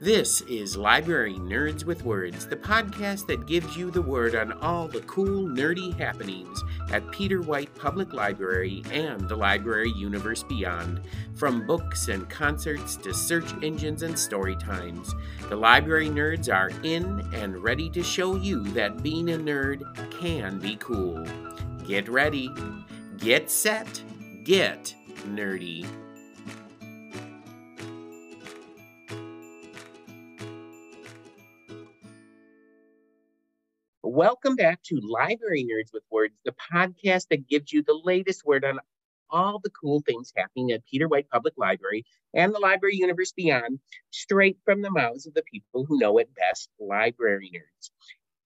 This is Library Nerds with Words, the podcast that gives you the word on all the cool, nerdy happenings at Peter White Public Library and the library universe beyond. From books and concerts to search engines and story times, the library nerds are in and ready to show you that being a nerd can be cool. Get ready, get set, get nerdy. Welcome back to Library Nerds with Words, the podcast that gives you the latest word on all the cool things happening at Peter White Public Library and the library universe beyond, straight from the mouths of the people who know it best, library nerds.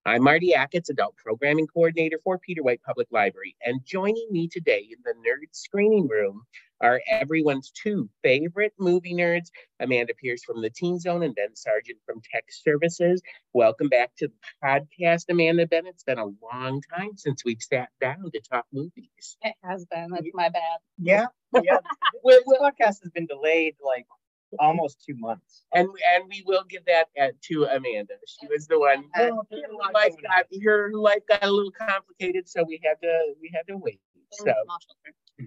I'm Marty Ackett's Adult Programming Coordinator for Peter White Public Library, and joining me today in the Nerd Screening Room are everyone's two favorite movie nerds, Amanda Pierce from the Teen Zone and Ben Sargent from Tech Services. Welcome back to the podcast, Amanda Ben. It's been a long time since we've sat down to talk movies. It has been. That's my bad. Yeah, yeah. well, the podcast has been delayed like almost two months. And and we will give that uh to Amanda. She was the one. that- Well, there's Oh, a lot life going got her life got a little complicated, so we had to we had to wait. So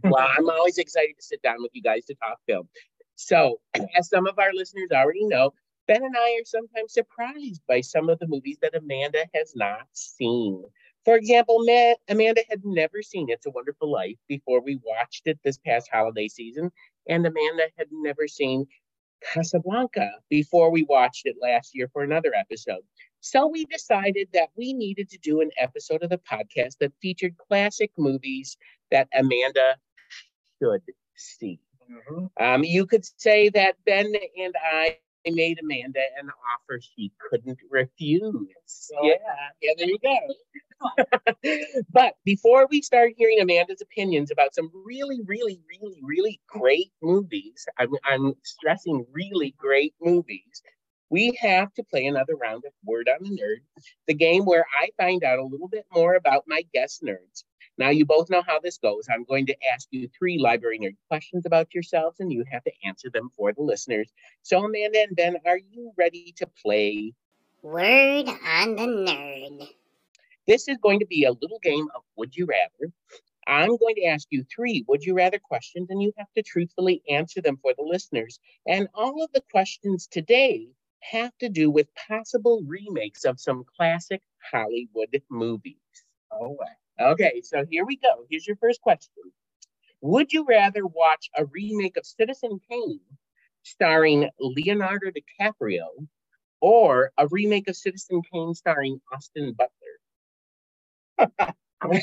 well, I'm always excited to sit down with you guys to talk film. So, as some of our listeners already know, Ben and I are sometimes surprised by some of the movies that Amanda has not seen. For example, Ma- Amanda had never seen It's a Wonderful Life before we watched it this past holiday season, and Amanda had never seen Casablanca before we watched it last year for another episode. So we decided that we needed to do an episode of the podcast that featured classic movies that Amanda should see. Mhm. Um, you could say that Ben and I made Amanda an offer she couldn't refuse. yeah, yeah, there you go. but before we start hearing Amanda's opinions about some really, really, really, really great movies, I'm, I'm stressing really great movies, we have to play another round of Word on the Nerd, the game where I find out a little bit more about my guest nerds. Now, you both know how this goes. I'm going to ask you three library nerd questions about yourselves, and you have to answer them for the listeners. So, Amanda and Ben, are you ready to play? Word on the nerd. This is going to be a little game of Would You Rather. I'm going to ask you three Would You Rather questions, and you have to truthfully answer them for the listeners. And all of the questions today have to do with possible remakes of some classic Hollywood movies. Oh, wow. Okay, so here we go. Here's your first question Would you rather watch a remake of Citizen Kane starring Leonardo DiCaprio or a remake of Citizen Kane starring Austin Butler?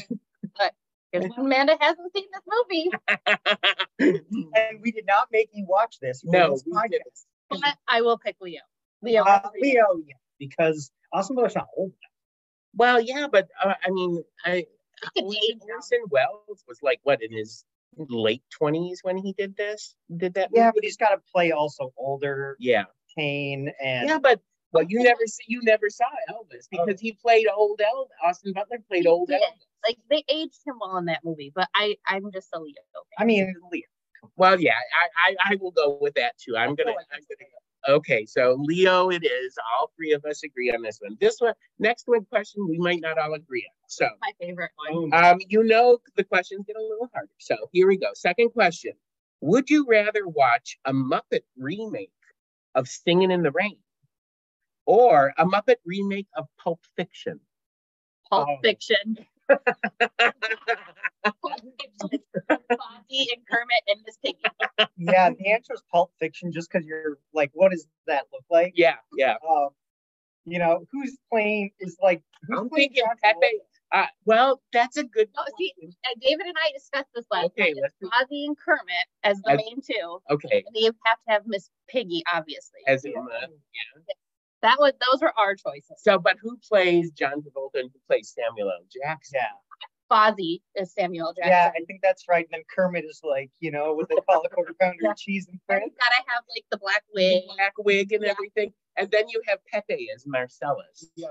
Here's when Amanda hasn't seen this movie. And we did not make you watch this. for No, this we podcast. didn't. But I will pick Leo. Leo. Uh, Leo, yeah, because Austin Butler's not old. well, yeah, but uh, I mean, I could change now. Orson Welles was like what in his late twenties when he did this, did that? Yeah, movie? but he's got to play also older yeah, Kane and yeah, Oh. but well, you never see, you never saw Elvis because he played old Elvis. Austin Butler played He old did. Elvis. Like they aged him well in that movie, but I I'm just a Leo. I mean Leo. Well, yeah, I, I I will go with that too. I'm gonna. I'm gonna Okay, so Leo, it is. All three of us agree on this one. This one, next one question, we might not all agree on. So, My favorite one. Oh, Um, you know the questions get a little harder. So here we go. Second question. Would you rather watch a Muppet remake of Singing in the Rain or a Muppet remake of Pulp Fiction? Pulp oh. Fiction. Pulp Fiction. Fonzie and Kermit and Miss Piggy. yeah, the answer is Pulp Fiction, just because you're like, what does that look like? yeah, yeah. Um, you know, who's playing is like. Who's I'm playing thinking Jack Pepe. Uh, well, that's a good No, see, uh, David and I discussed this last Okay, night. let's do- Fonzie and Kermit as the As- main two. Okay. And you have to have Miss Piggy, obviously. As in, Wolf? uh, That was those were our choices. so, but who plays John Travolta and who plays Samuel L. Jackson? Yeah. Fonzie is Samuel Jackson. Yeah, I think that's right. And then Kermit is like, you know, what they call a quarter pounder Yeah. of cheese and And bread. he's gotta have like the black wig. The Black wig and Yeah. everything. And then you have Pepe as Marcellus. Yeah,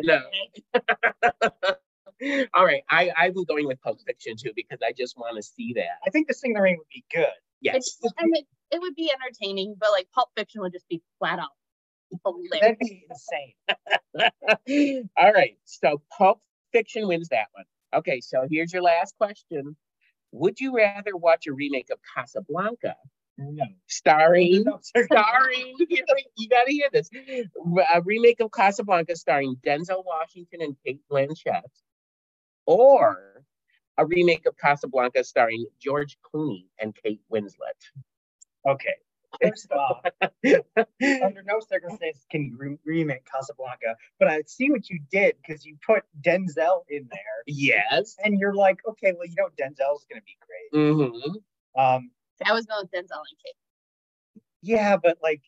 No. All right, I I'm going with Pulp Fiction too because I just want to see that. I think the Sing the Rain would be good. Yes, It's, I mean, it would be entertaining, but like Pulp Fiction would just be flat out hilarious. That'd be insane. All right. So Pulp Fiction wins that one. Okay. So here's your last question. Would you rather watch a remake of Casablanca No. starring Sorry. starring you gotta hear this a remake of casablanca starring denzel washington and kate blanchett or a remake of casablanca starring george clooney and kate winslet Okay. First off, under no circumstances can you re- remake Casablanca, but I see what you did because you put Denzel in there, yes and you're like, okay, well, you know, Denzel's gonna be great. hmm Um, I was going with Denzel and Kate. yeah, but like,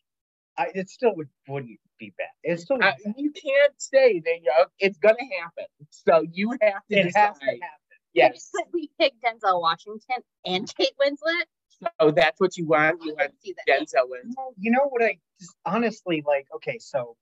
I it still would wouldn't be bad. It still would I, you can't say that you know, it's gonna happen so you have to it decide has to happen. yes But we picked Denzel Washington and Kate Winslet. so that's what you want You you want can see that. denzel winslet No, You know what I just honestly like? Okay, so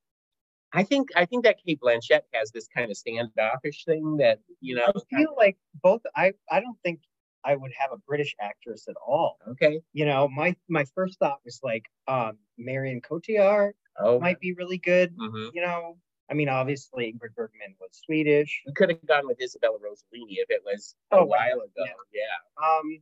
i think i think that kate blanchett has this kind of standoffish thing that you know I feel like both. I I don't think I would have a British actress at all. okay You know, my my first thought was like, um, Marion Cotillard oh might be really good. mhm. you know, I mean, obviously Ingrid Bergman was Swedish, we could have gone with Isabella Rossellini if it was Oh, a while ago. yeah. Yeah. um,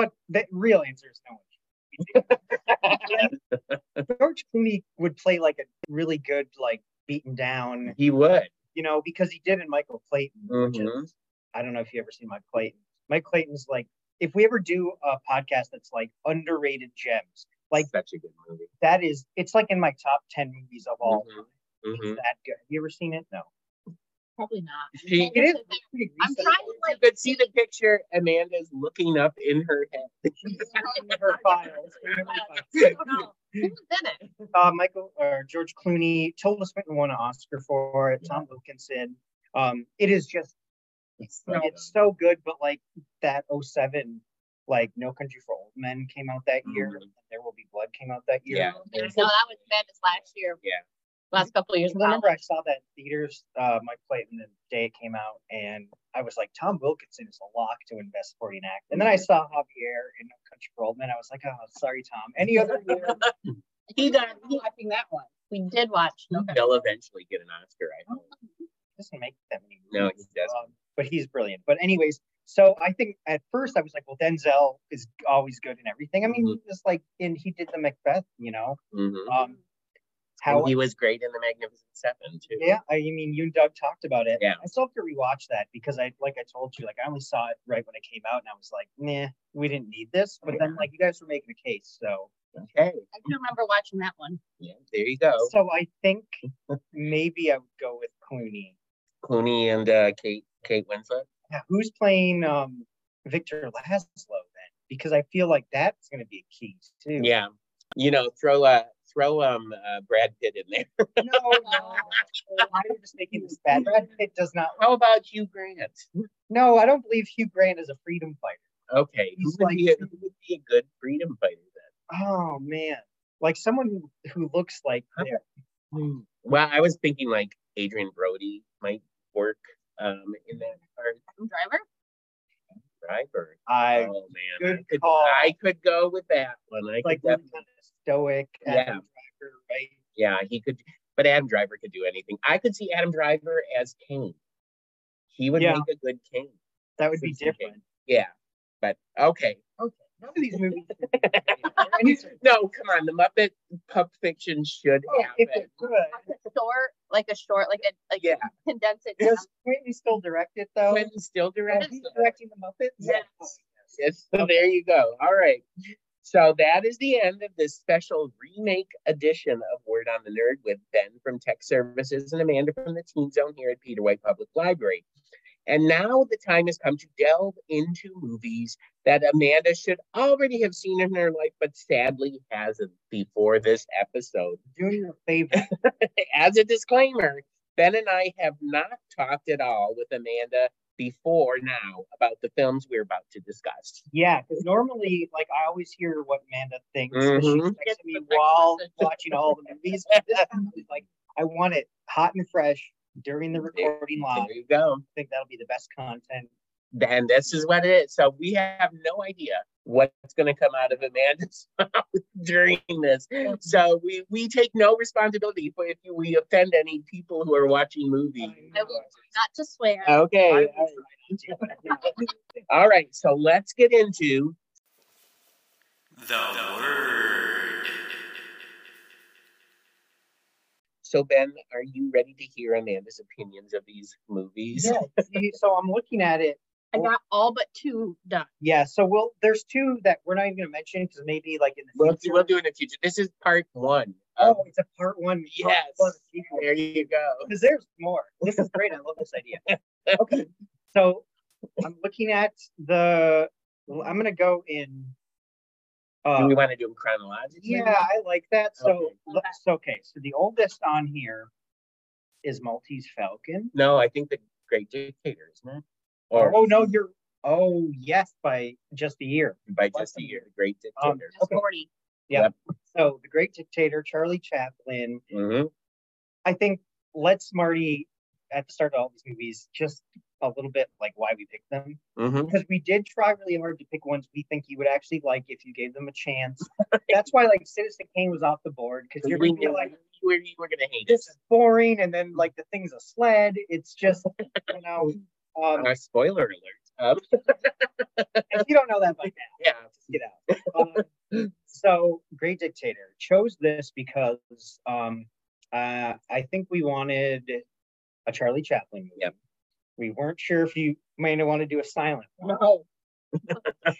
but the real answer is no one. George Clooney would play like a really good, like beaten down, He would. you know, because he did in Michael Clayton. Which Mhm. is, I don't know if you ever seen Mike Clayton. Mike Clayton's like, if we ever do a podcast that's like underrated gems, like Such a good movie. that is, it's like in my top ten movies of all. Mhm. time. Mhm. It's that good. Have you ever seen it? No. Probably not. She- It is. pretty I'm recent. trying to You like could see the picture Amanda's looking up in her head. In her files. in her I files. don't know. Who was in it? uh, Michael or George Clooney, Tilda Swinton won an Oscar for it. Tom Wilkinson. Um, it is just so it's so good, but like that 07, like No Country for Old Men came out that year. Mhm. and There Will Be Blood came out that year. Yeah. No, that was Madness last year. Yeah. Last couple of years. I remember I saw that in theaters, uh, Mike Clayton, the day it came out, and I was like, Tom Wilkinson is a lock to invest for and act. And then I saw Javier in No Country for Old Men. I was like, oh, sorry, Tom. Any other year, He done- he- watching that one. We did watch. Okay. They'll eventually get an Oscar, I hope. doesn't make that many No, movies. he doesn't. Um, but he's brilliant. But anyways, so I think at first I was like, well, Denzel is always good in everything. I mean, Mm-hmm. he was like, and he did the Macbeth, you know. Mhm. Um, And how he was great in The Magnificent Seven, too. yeah, I mean, you and Doug talked about it. Yeah. I still have to rewatch that because I, like I told you, like I only saw it right when it came out, and I was like, nah, we didn't need this. But then, like, you guys were making a case, so Okay. I do remember watching that one. Yeah, there you go. so I think maybe I would go with Clooney. Clooney and uh, Kate Kate Winslet. Yeah, who's playing um Victor Laszlo then? Because I feel like that's going to be a key too. Yeah. You know, throw uh, throw um uh, Brad Pitt in there. No, no. I'm just making this bad. Brad Pitt does not. How about you, Grant? No, I don't believe Hugh Grant is a freedom fighter. Okay, who He's would, like- be a, who would be a good freedom fighter Oh man, like someone who, who looks like Huh? they're- Hmm. then? Well, I was thinking like Adrian Brody might work um, in that part, Adam Driver. right? Or, I oh man, I good could, call. I could go with that one. I like could that def- kind of stoic. Yeah. Adam Driver, right? yeah, he could, but Adam Driver could do anything. I could see Adam Driver as Kane. He would Yeah. make a good Kane. That would be Citizen Kane. different. Yeah, but okay. None of these movies. No, come on, the Muppet Pup Fiction should Oh, if happen. they're good. Like a short, like a short, like a like Yeah. condense it down. Does Quentin still direct it though? Quentin still Oh, directs. he's it. directing the Muppets. Yes. Oh, Yes, so there you go. All right. So that is the end of this special remake edition of Word on the Nerd with Ben from Tech Services and Amanda from the Teen Zone here at Peter White Public Library. And now the time has come to delve into movies that Amanda should already have seen in her life, but sadly hasn't before this episode Doing your favorite. as a disclaimer, Ben and I have not talked at all with Amanda before now about the films we're about to discuss. Yeah, because normally, like, I always hear what Amanda thinks. but She's Mhm. next to me while watching all the movies. But this time, I was like, I want it hot and fresh during the recording live. There you go. I think that'll be the best content. And this is what it is. So we have no idea what's going to come out of Amanda's mouth during this. So we we take no responsibility for if we offend any people who are watching movies. I will not to swear. Uh, I Okay. will try not to. All right. So let's get into The word. So Ben, are you ready to hear Amanda's opinions of these movies? Yeah, see, so I'm looking at it. I got all but two done. Yeah, so we'll there's two that we're not even gonna mention because maybe like in the We'll, future. we'll do it in the future. This is part one. oh, of- it's a part one. Yes. there you go. because there's more. This is great. I love this idea. Okay, so I'm looking at the. well, I'm gonna go in. do Uh, we want to do them chronologically? yeah, I like that. So Okay. let's. Okay, so the oldest on here is Maltese Falcon. No, I think the Great Dictator, isn't it? Or Oh no, you're. Oh yes, by just a year. by just a year, the Great Um, Dictator. That's Okay. 40. So the Great Dictator, Charlie Chaplin. Mhm. I think let's Marty at the start of all these movies just a little bit like why we picked them Mhm. because we did try really hard to pick ones we think you would actually like if you gave them a chance. That's why like Citizen Kane was off the board because you're we gonna be knew like, you were, you were gonna hate this is boring, and then like the thing's a sled. It's just you know, um, it. Uh, spoiler alert. Um, if you don't know that by now, yeah. just get out. Um, so Great Dictator chose this because um, uh, I think we wanted a Charlie Chaplin movie. Yep. We weren't sure if you may want to do a silent one. No. Do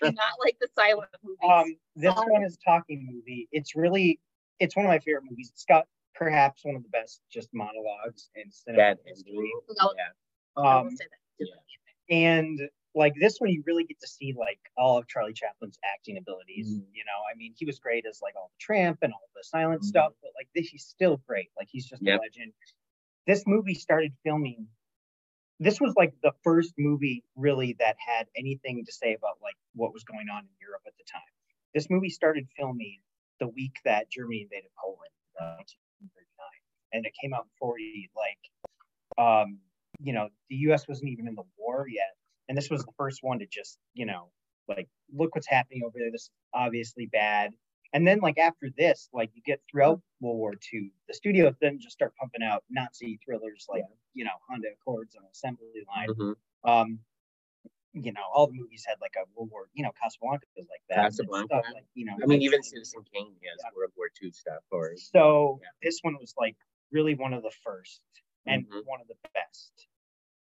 not like the silent movies. Um, this Sorry. one is talking movie. It's really, it's one of my favorite movies. It's got perhaps one of the best just monologues in cinema That history. No. yeah. I Um, will say that. yeah. and like this one, you really get to see like all of Charlie Chaplin's acting abilities. Mhm. You know, I mean, he was great as like all the tramp and all the silent Mhm. stuff, but like this, he's still great. Like he's just Yep. a legend. This movie started filming. This was like the first movie really that had anything to say about like what was going on in Europe at the time. This movie started filming the week that Germany invaded Poland, uh, in 1939, and it came out in 40. Like, um, you know, the U.S. wasn't even in the war yet, and this was the first one to just, you know, like look what's happening over there. This is obviously bad. And then, like after this, like you get throughout World War II, the studios then just start pumping out Nazi thrillers like you know Honda Accords and Assembly Line. Mhm. Um, you know, all the movies had like a World War, you know, Casablanca was like that. and Casablanca. stuff, like, you know, I mean, like- even Citizen Kane has Yeah. World War II stuff. Or so Yeah. this one was like really one of the first and Mhm. one of the best.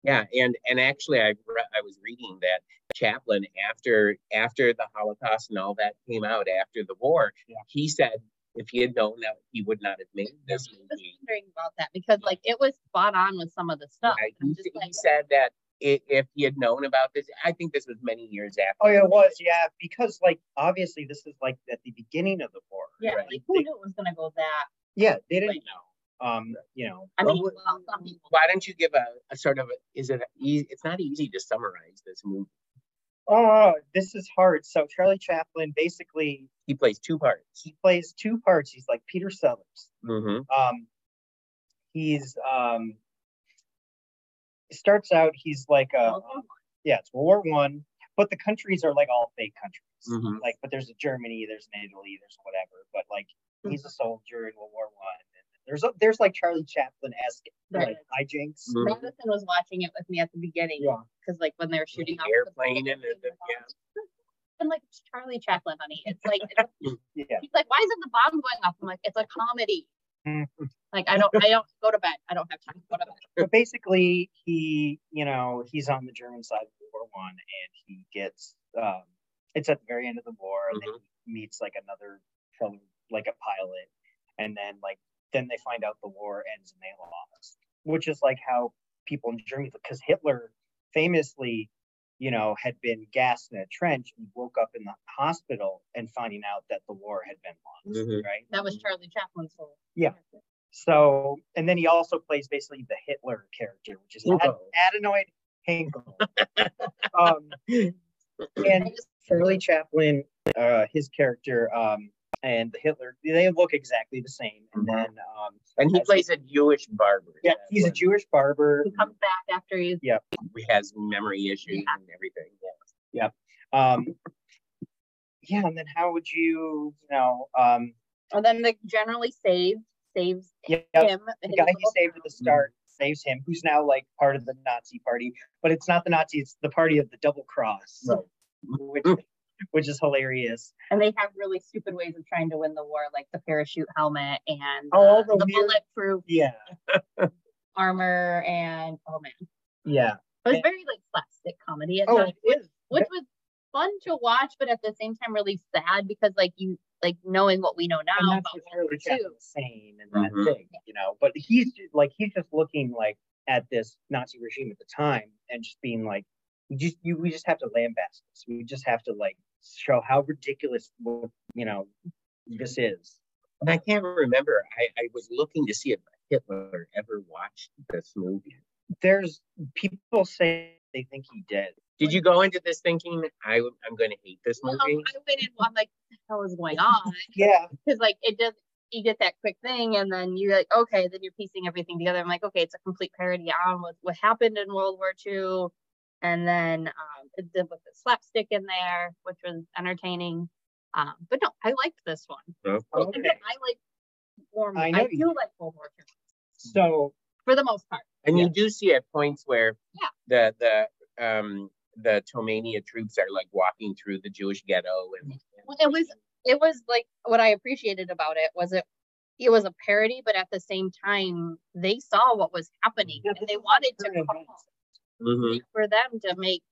Yeah, and and actually, I re- I was reading that Chaplin after after the Holocaust and all that came out after the war, Yeah. he said if he had known that he would not have made this I was movie. wondering about that because like it was spot on with some of the stuff. I- I'm he, just he like, said that i- if he had known about this, I think this was many years after. Oh, yeah, it was, yeah, because like obviously this is like at the beginning of the war. yeah, right. like, who knew it was gonna go that? Yeah, they didn't Right. know. Um, you know, I Well, mean, what- well, some people. Why don't you give a, a sort of is it easy? It's not easy to summarize this movie. oh, this is hard. So Charlie Chaplin basically He plays two parts. he plays two parts. He's like Peter Sellers. hmm Um, he's um, it starts out he's like a yeah, it's World War One, but the countries are like all fake countries. Mhm. Like, but there's a Germany, there's an Italy, there's whatever. But like, he's a soldier in World War One. and There's a, there's like Charlie Chaplin esque like hijinks. Mhm. Madison was watching it with me at the beginning. Yeah. Because like when they were shooting The off airplane and the- the- yeah. And like it's Charlie Chaplin, honey. It's like it's, Yeah. he's like, why isn't the bomb going off? I'm like, it's a comedy. Mhm. Like I don't, I don't go to bed. I don't have time to go to bed. but basically he you know he's on the german side of world war one and he gets um it's at the very end of the war and then he meets like another fellow like a pilot and then like then they find out the war ends and they lost which is like how people in germany because hitler famously you know had been gassed in a trench and woke up in the hospital and finding out that the war had been lost Mhm. right That was Charlie Chaplin's role. Yeah. so, and then he also plays basically the Hitler character, which is Ad- Hinkle. Adenoid Hinkle. um, I and just- Charlie Chaplin, uh, his character, um, and the Hitler. They look exactly the same. And then, um, And he That's- plays a Jewish barber. in yeah, that he's a one Jewish barber. He comes back after he's who has memory issues and everything. Yeah. Um, yeah, and then how would you, you know, um, and then the generally saved saves yeah, him. the guy he saved at the start saves him, who's now like part of the Nazi party, but it's not the Nazi, it's the party of the double cross, Right. which which is hilarious. and they have really stupid ways of trying to win the war, like the parachute helmet and Oh, all uh, the the weird- bulletproof Yeah, armor and oh man, yeah. it was Yeah. very like slapstick comedy at Oh, times, it is. which was fun to watch, but at the same time really sad because like you like knowing what Oh, we know And now that's about what's World really War II. insane and that Mhm. thing, you know. But he's ju- like he's just looking like at this Nazi regime at the time and just being like, we just you we just have to lambast this. We just have to like show how ridiculous what you know this is. And I can't remember. I, I was looking to see if Hitler ever watched this movie. There's people say they think he did. Did you go into this thinking I, I'm going to hate this Um, I movie? went in, I'm like, what the hell is going on? Yeah. because like it does you get that quick thing and then you're like okay then you're piecing everything together i'm like okay it's a complete parody on what, what happened in world war ii and then um it did with the slapstick in there which was entertaining um but no i liked this one No? And Okay. i like warm I i, know you do like world war ii So for the most part And Yeah. you do see at points where Yeah. the the um the Tomania troops are like walking through the Jewish ghetto and, Well, it was- it was like what i appreciated about it was it it was a parody but at the same time they saw what was happening Yeah, and this they is wanted to current call events. Mhm. for them to make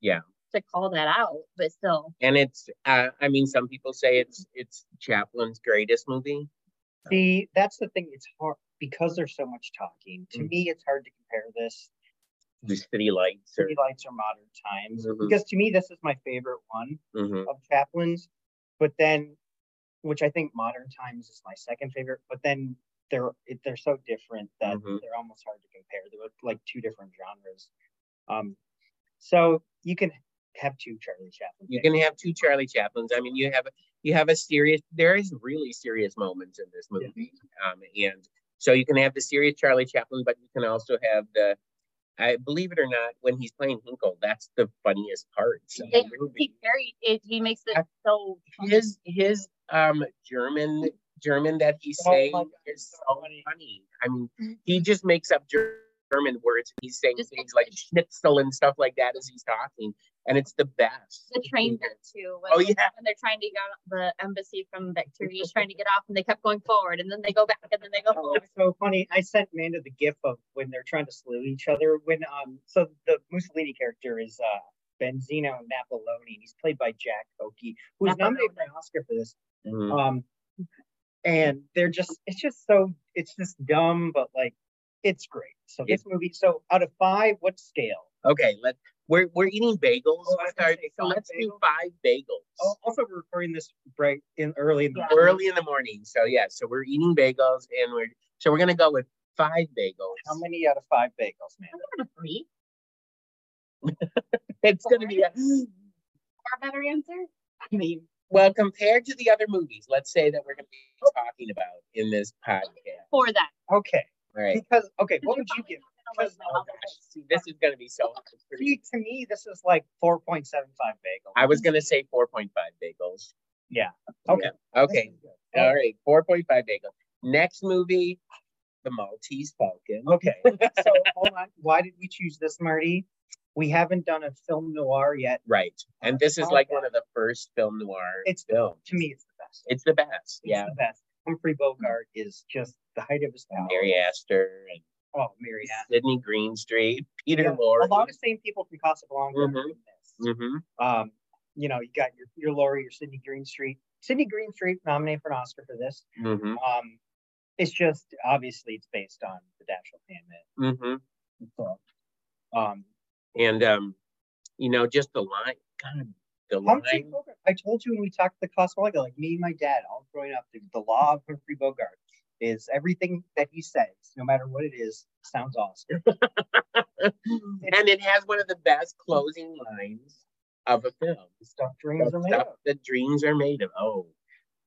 Yeah. to call that out but still and it's uh, I mean some people say it's it's Chaplin's greatest movie. See, that's the thing. It's hard because there's so much talking. To Mhm. me, it's hard to compare this The City Lights or City Lights or Modern Times Mhm. because to me, this is my favorite one. Mhm. of Chaplin's, but then, which I think Modern Times is my second favorite. But then they're it- they're so different that Mhm. they're almost hard to compare. They're like two different genres. Um, so you can have two Charlie Chaplin. you things. can have two Charlie Chaplins. I mean, you have you have a serious. There is really serious moments in this movie, um, and so you can have the serious Charlie Chaplin, but you can also have the. I believe it or not, when he's playing Hinkle, that's the funniest part. of the It- he movie. carried it he makes it I- so His his um German German that he's Oh my saying God, is so so funny. Mm-hmm. funny. I mean, he just makes up Ger- German words. He's saying Just things like schnitzel and stuff like that as he's talking, and it's the best. the train bit too when, Oh, they- yeah. when they're trying to get out the embassy from Victoria is trying to get off and they kept going forward and then they go back and then they go Oh, forward it's so funny. I sent Amanda the gif of when they're trying to slew each other. When um, so the Mussolini character is uh Benzino Napoloni. and He's played by Jack Oakey, who's nominated for an Oscar for this. Mhm. um and they're just it's just so it's just dumb but like it's great so this movie so out of five what scale Okay, let's. We're we're eating bagels. Oh, I was with gonna our- say so five let's do bagels. five bagels oh, also we're recording this right in early in the Yeah. morning. early in the morning. So yeah, so we're eating bagels, and we're so we're gonna go with five bagels. how many out of five bagels man I'm gonna agree It's gonna be a, or a better answer i mean well compared to the other movies. Let's say that we're gonna be talking about in this podcast. for that okay All right. because okay what would you give Because- Oh gosh, see, this is gonna be so. hard for me. See, to me this is like 4.75 bagels I was gonna say four point five bagels. Yeah. Okay. Yeah. Okay. All right. Four point five bagels. Next movie, The Maltese Falcon. okay so hold on why did we choose this marty we haven't done a film noir yet Right. And this is Oh, like yeah. one of the first film noir. It's- films. to me it's the best It's the best. yeah. Yeah. the best. Humphrey Bogart is just the height of his power. Mary Astor and Oh, Mary Astor. Sydney Greenstreet, Peter Yeah, Lorre. A lot of same people from Casablanca. are Mhm. in this. Mhm. Um, you know, you got your your Laurie, your Sydney Greenstreet. Sydney Greenstreet nominated for an Oscar for this. Mhm. Um, it's just obviously it's based on the Dashiell Hammett. Mhm. book. Um, And um, you know, just the line. God, the Humphrey line. Bogart. I told you when we talked to the Casablanca, like me and my dad, all growing up, the, the law of Humphrey Bogart is everything that he says, no matter what it is, sounds awesome. and it has one of the best closing lines of a film. Stuff dreams The are made stuff of. that dreams are made of. Oh,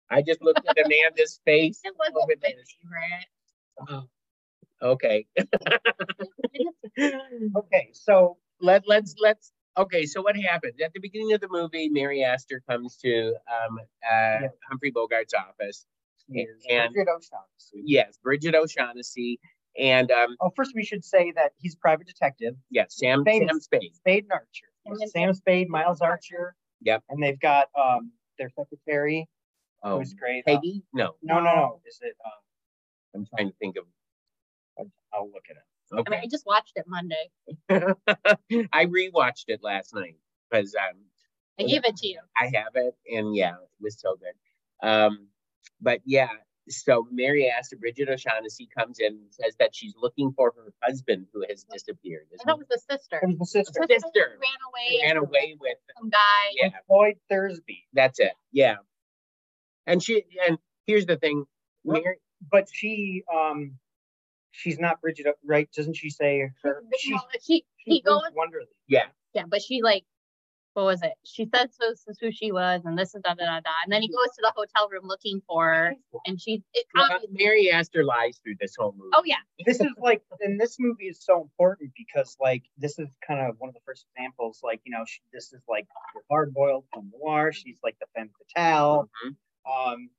I just looked at Amanda's face. It wasn't over my this. favorite. Oh, Okay. Okay, so Let let's let's okay. So what happens at the beginning of the movie? Mary Astor comes to um, uh, Humphrey Bogart's office. is And- Bridget O'Shaughnessy. Yes, Bridget O'Shaughnessy and um, Oh, first we should say that he's private detective. yes, Sam Famous. Sam Spade. Spade and Archer. And then- Sam Spade, Miles Archer. Yep. And they've got um their secretary, Oh, who's great. Uh, Peggy? No, no, no, no. Is it? Um, I'm trying to think of. I'll look at it. I mean, Okay, I just watched it Monday. I rewatched it last night because um, I gave it to you. I have it, and yeah, it was so good. Um, but yeah, so Mary Astor, Bridget O'Shaughnessy comes in and says that she's looking for her husband who has disappeared. I thought it was the sister. It was the sister, Sister. ran away. Ran away with, some guy. yeah, Floyd Thursby. that's it, yeah. And she, and here's the thing, Well, Mary, But she um she's not Bridget, O- right? Doesn't she say her? She, She she Mm-hmm. he goes. lives Wonderly. yeah, Yeah, but she like, what was it? She said so. This is who she was, and this is da da da da. And then he goes to the hotel room looking for her, and she. It, Well, Mary Astor lies through this whole movie. um, oh yeah, This is like, and this movie is so important because, like, this is kind of one of the first examples. Like, you know, she, this is like hard boiled noir. She's like the femme fatale. Mhm. Um,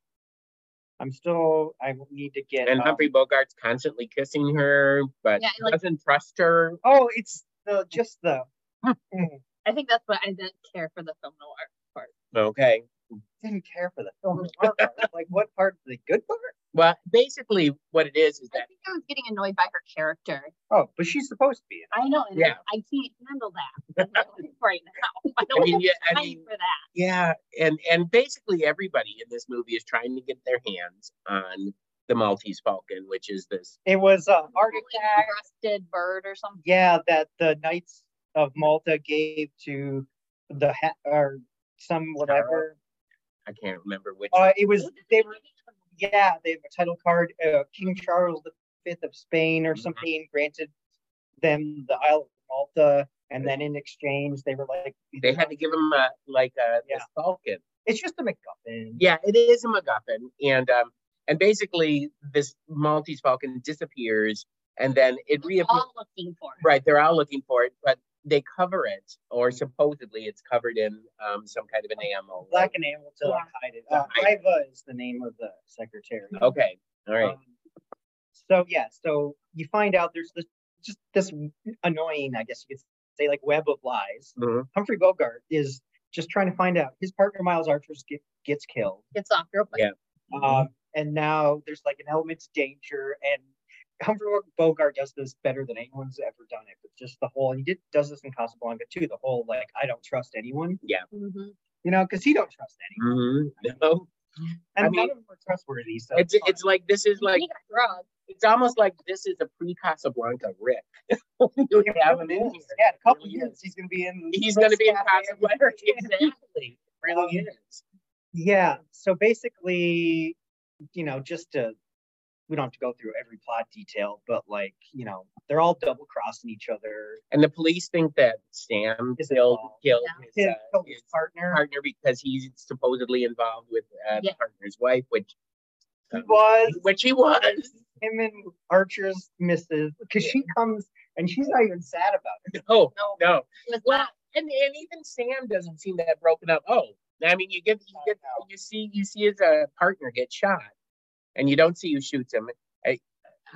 I'm still. I need to get. And um, Humphrey Bogart's constantly kissing her, but Yeah, and, like- doesn't trust her. Oh, it's the just the. Mm, I think that's what I didn't care for the film noir part. Okay. didn't care for the film. noir part. like, what part? The good part? Well, basically, what it is is I that think I was getting annoyed by her character. Oh, but she's supposed to be in I know, and Yeah. I can't handle that right now. I I don't mean, have yeah, I time mean, for that. yeah, and and basically everybody in this movie is trying to get their hands on the Maltese Falcon, which is this. it. It was a heart Like, attack. crested bird or something. Yeah, that the Knights of Malta gave to the ha- or some whatever. I can't remember which. Uh, it was they were yeah they have a title card. Uh, King Charles the Fifth of Spain or Mhm. something granted them the Isle of Malta, and then in exchange they were like They had to give him a like a Yeah. this Falcon. It's just a MacGuffin. Yeah, it is a MacGuffin, and um, and basically this Maltese Falcon disappears, and then it We're reappears. all looking for it. Right, they're out looking for it, but they cover it, or supposedly it's covered in um, some kind of enamel. Black enamel to like, hide it. Uh, Yeah. Iva is the name of the secretary. Okay, all right. Um, so yeah, so you find out there's this just this annoying, I guess you could say, like web of lies. Mhm. Humphrey Bogart is just trying to find out his partner Miles Archer get, gets killed, It's off real quick. Yeah. um, and now there's like an element of danger. And Humphrey Bogart does this better than anyone's ever done it. But just the whole, and he did does this in Casablanca too. The whole like I don't trust anyone, hmm you know, because he don't trust anyone, Mhm. No, and I mean, none of them are trustworthy. So it's fine. it's like this is like he got drugged. it's almost like this is a pre Casablanca Rick. you Yeah, have it him in is. here. Yeah, in a couple Really years is. he's gonna be in. He's going to be in Casablanca. Yeah. Exactly. Really is. Yeah. So basically, you know, just to we don't have to go through every plot detail, but like, you know, they're all double crossing each other. And the police think that Sam Is killed involved. killed Yeah. his, His, uh, his his partner partner because he's supposedly involved with uh, the Yeah. partner's wife, which he was which he was. him and Archer's missus because she comes and she's not even sad about it. Oh No, no. it was Well, not. and, and even Sam doesn't seem that broken up. Oh, I mean, you get you get you see you see his uh, partner get shot, and you don't see who shoots him. I,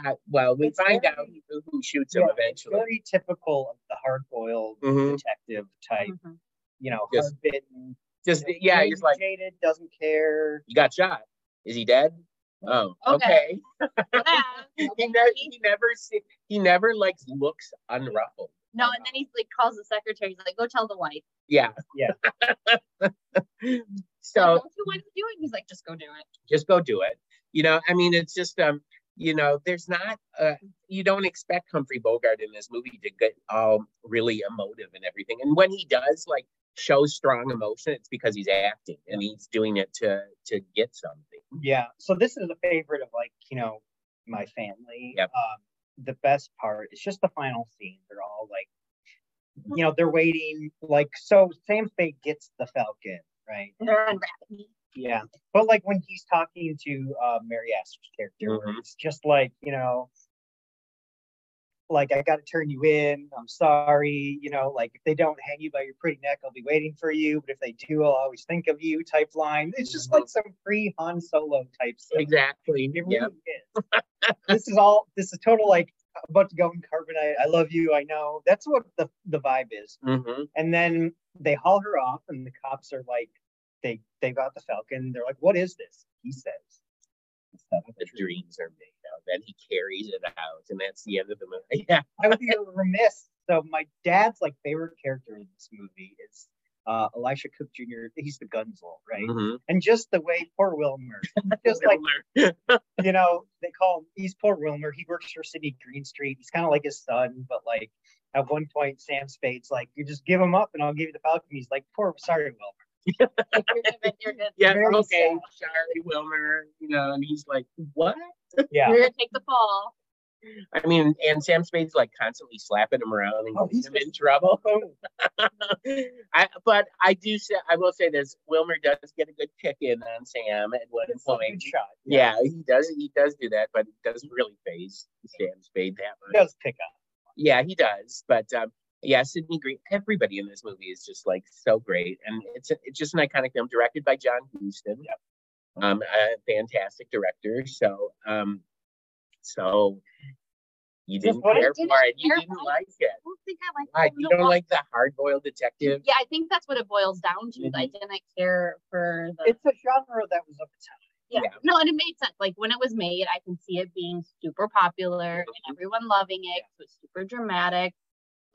I, well, we It's find very- out who, who shoots him Yeah, it's eventually. very typical of the hard-boiled Mhm. detective type, Mhm. you know, Yes. hard-bitten. Just you know, yeah, very he's like, jaded, doesn't care. you got shot. Is he dead? Oh, okay. Okay. Well, that- he, ne- he never se- he never like looks unruffled. no, and then he like calls the secretary. He's like, "Go tell the wife." Yeah. Yeah. so Don't you want to do it? He's like, "Just go do it." just go do it. You know, I mean, it's just um, you know, there's not uh, you don't expect Humphrey Bogart in this movie to get um really emotive and everything. And when he does like show strong emotion, it's because he's acting and he's doing it to to get something. Yeah. So this is a favorite of like, you know, my family. Yep. Um, the best part is just the final scene. They're all like, you know, they're waiting. Like, so Sam Spade gets the Falcon, right? And they're unwrapping. Yeah. But like when he's talking to uh, Mary Astor's character, Mhm. it's just like, you know, like I got to turn you in. I'm sorry. You know, like if they don't hang you by your pretty neck, I'll be waiting for you. But if they do, I'll always think of you type line. It's just like some pre Han Solo type stuff. Exactly. It really Yeah. is. this is all, this is total like I'm about to go in carbonite. I love you. I know. That's what the, the vibe is. Mm-hmm. And then they haul her off, and the cops are like, they they got the Falcon. They're like, what is this? He says, "It's not a The dream." dreams are made out. Then he carries it out, and that's the end of the movie. Yeah. I would be remiss. So my dad's like favorite character in this movie is uh, Elisha Cook Jr. He's the Gunsel, right? Mhm. And just the way poor Wilmer, just like Wilmer. you know, they call him, he's poor Wilmer. He works for Sidney Greenstreet. He's kind of like his son, but like at one point, Sam Spade's like, you just give him up and I'll give you the Falcon. He's like, poor, sorry, Wilmer. Like, you're good, you're good. yeah. Very Okay. sad. Charlie Wilmer. You know, and he's like, what? Yeah. You're gonna take the fall. I mean, and Sam Spade's like constantly slapping him around and Oh, getting he's him in trouble. I, but I do say I will say this: Wilmer does get a good kick in on Sam at one It's a point. good shot. Yeah, he does. He does do that, but it doesn't really phase Sam Spade that He much. does pick up. Yeah, he does. But um, yeah, Sidney Green. Everybody in this movie is just like so great, and it's it's just an iconic film directed by John Huston. Yep. Um, a fantastic director. So um, so you Just didn't what I care didn't for it. You care didn't for. like it. I don't think I like. Why? I You don't don't want- like the hard-boiled detective? Yeah, I think that's what it boils down to. is I didn't care for the. It's a genre that was of the time. yeah. yeah. no, and it made sense. Like when it was made, I can see it being super popular and Mm-hmm. everyone loving it. It was super dramatic,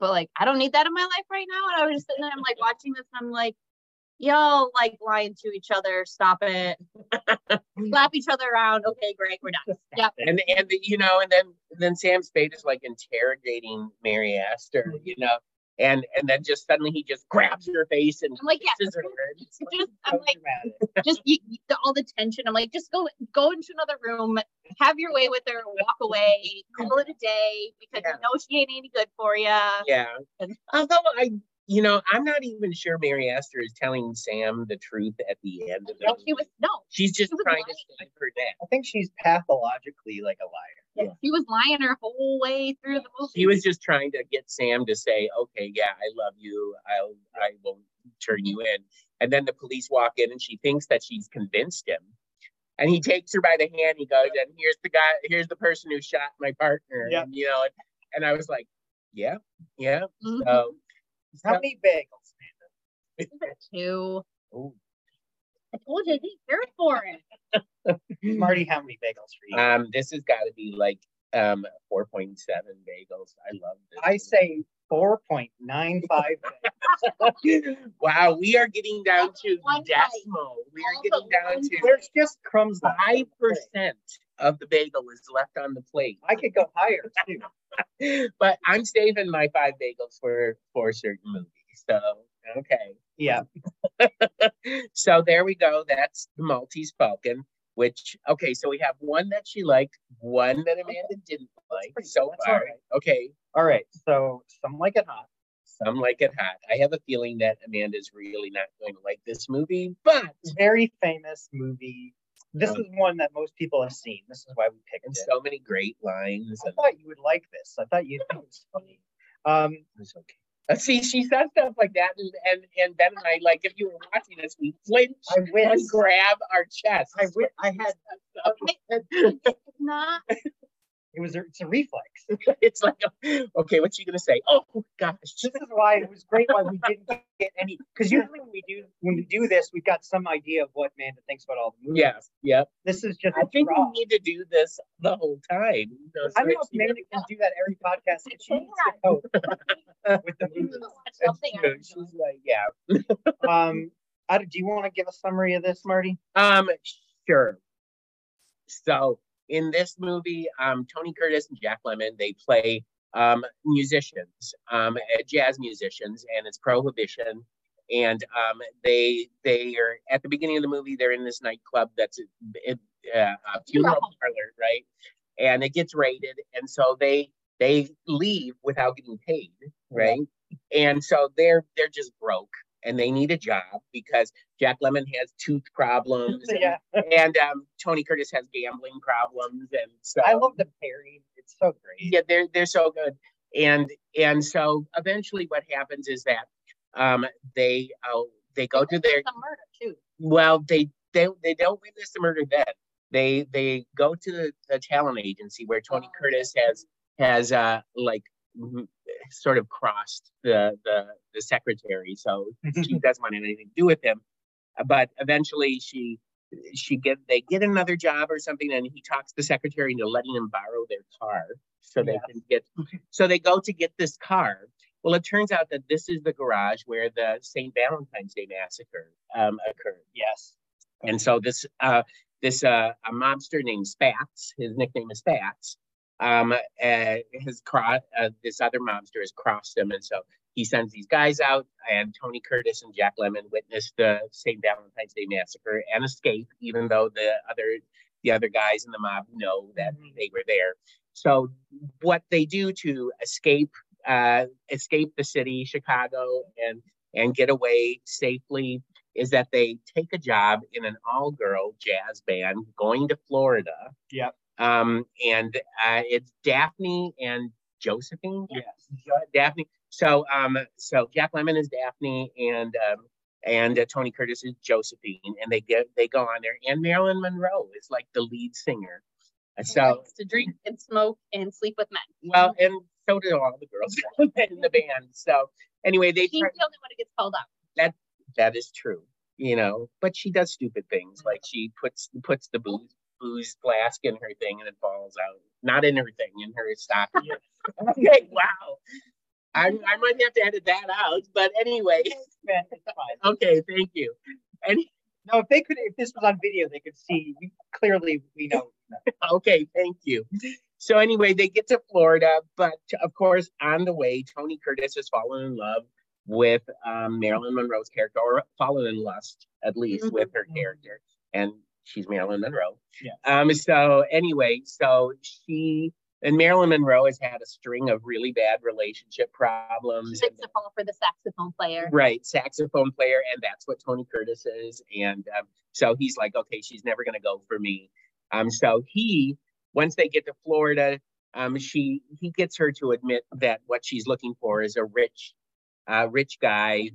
but like I don't need that in my life right now. And I was just sitting there, I'm like Mm-hmm. watching this, and I'm like, y'all like lying to each other. Stop it. Slap each other around. Okay, great, we're done. Yeah, and and you know, and then then Sam Spade is like interrogating Mary Astor, Mm-hmm. you know, and and then just suddenly he just grabs her face and I'm like, yeah. kisses her. It's like, Just, So I'm like, dramatic. just you, you- the, all the tension. I'm like, just go go into another room, have your way with her, walk away, call it a day because Yeah. you know she ain't any good for you. yeah. And- Although I, you know, I'm not even sure Mary Astor is telling Sam the truth at the end of the No, she was no, She's just she was trying to lying. save her dad. I think she's pathologically like a liar. Yeah. she was lying her whole way through the movie. She was just trying to get Sam to say, "Okay, yeah, I love you. I'll, I will turn you in." And then the police walk in, and she thinks that she's convinced him. And he takes her by the hand. He goes, "And here's the guy. Here's the person who shot my partner." Yeah. And, you know, and, and I was like, "Yeah, yeah." Mhm. So, so- How many bagels? too. Ooh. I told you, I didn't care for it. Mm. Marty, how many bagels for you? um, this has got to be like um 4.7 bagels. I love this. I say 4.95. wow, we are getting down to One bite. decimal. We All are getting but down one to. There's just crumbs left. five percent of the bagel is left on the plate. I could go higher too. But I'm saving my five bagels for for certain movies. So okay. Yeah. So there we go. That's the Maltese Falcon. Which okay, so we have one that she liked, one that Amanda didn't like pretty so good. That's all far. right. Okay, All right. So some like it hot. some like it hot. I have a feeling that Amanda's really not going to like this movie, but Very famous movie. This Oh. is one that most people have seen. This is why we picked and it. so many great lines. I And thought you would like this. I thought you'd think it was funny. Um, It's okay. Uh, See, she says stuff like that, and and, and Ben and I, like, if you were watching this, we flinch I and wish. grab our chests. I wish I had. It's not It was. A, it's a reflex. it's like, okay, what's she gonna say? Oh gosh, This is why it was great. Why we didn't get any. Because usually when we do when we do this, we've got some idea of what Amanda thinks about all the movies. yeah, yeah. This is just. I think we raw. need to do this the whole time. you know, I so don't know if she Amanda doesn't can do that every podcast. but She needs to cope with the you movies. can watch know. something She- I'm she's doing. like, yeah. Um, I, do you want to give a summary of this, Marty? Um, sure. So in this movie, um, Tony Curtis and Jack Lemon they play um, musicians, um, uh, jazz musicians, and it's Prohibition. And um, they they are at the beginning of the movie. They're in this nightclub that's a, a, a funeral parlor, right? And it gets raided, and so they they leave without getting paid, right? And so they're they're just broke and they need a job because Jack Lemon has tooth problems and, yeah, and um, Tony Curtis has gambling problems and so I love the pairing. It's so great. yeah they're they're so good and and so eventually what happens is that um they uh, they go to their the murder too. well they they they don't witness the murder then they they go to the, the talent agency where Tony Oh, Curtis has has uh like m- sort of crossed the the the secretary so she doesn't want anything to do with him Uh, but eventually she she get they get another job or something and he talks the secretary into letting him borrow their car so they Yeah. can get so they go to get this car well it turns out that this is the garage where the st valentine's day massacre um, occurred yes. and so this uh, this uh, a mobster named Spats, his nickname is Spats, um, uh, has crossed uh, this other mobster has crossed him, and so he sends these guys out. And Tony Curtis and Jack Lemon witness the St. Valentine's Day massacre and escape, even though the other the other guys in the mob know that Mhm. they were there. So what they do to escape uh, escape the city, Chicago, and and get away safely is that they take a job in an all girl jazz band going to Florida. Yep. Um, and uh, it's Daphne and Josephine. Yes. Jo- Daphne. So um, so Jack Lemon is Daphne and um, and uh, Tony Curtis is Josephine, and they get they go on there, and Marilyn Monroe is like the lead singer. Uh, He So likes to drink and smoke and sleep with men. well, and so do all the girls in the band. So anyway, they She's the try, only one who gets called up. that is true you know but she does stupid things like she puts puts the booze booze flask in her thing and it falls out not in her thing in her stocking okay wow I, I might have to edit that out but anyway Man, it's fine. okay thank you and No, if they could, if this was on video, they could see. We clearly, we know. okay thank you so anyway they get to florida but of course on the way tony curtis has fallen in love with um, marilyn monroe's character or fallen in lust at least with her Mm-hmm. Mhm. character and she's Marilyn Monroe. Yeah. Um, so anyway, so she and Marilyn Monroe has had a string of really bad relationship problems. She's a fall for the saxophone player. Right, saxophone player, and that's what Tony Curtis is. And um, so he's like, okay, she's never gonna go for me. Um, so he, once they get to Florida, um, she he gets her to admit that what she's looking for is a rich, uh, rich guy.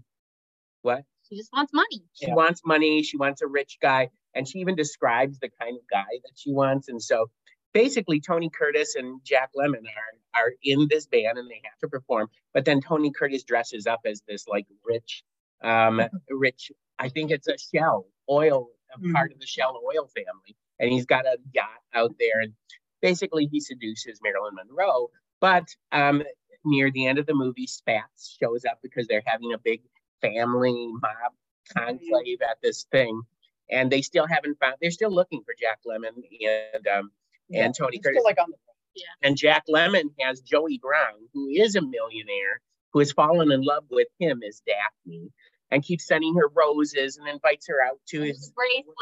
What? She just wants money. She Yeah. wants money. She wants a rich guy. And she even describes the kind of guy that she wants. And so basically, Tony Curtis and Jack Lemon are, are in this band and they have to perform. But then Tony Curtis dresses up as this like rich, um, rich, I think it's a shell, oil, a Mhm. part of the shell oil family. And he's got a yacht out there. And basically, he seduces Marilyn Monroe. But um, near the end of the movie, Spats shows up because they're having a big family mob conclave at this thing, and they still haven't found. They're still looking for Jack Lemon and um, Yeah, and Tony it's still, Curtis. like on the and Jack Lemon has Joey Brown, who is a millionaire who has fallen in love with him as Daphne, and keeps sending her roses and invites her out to his bracelet.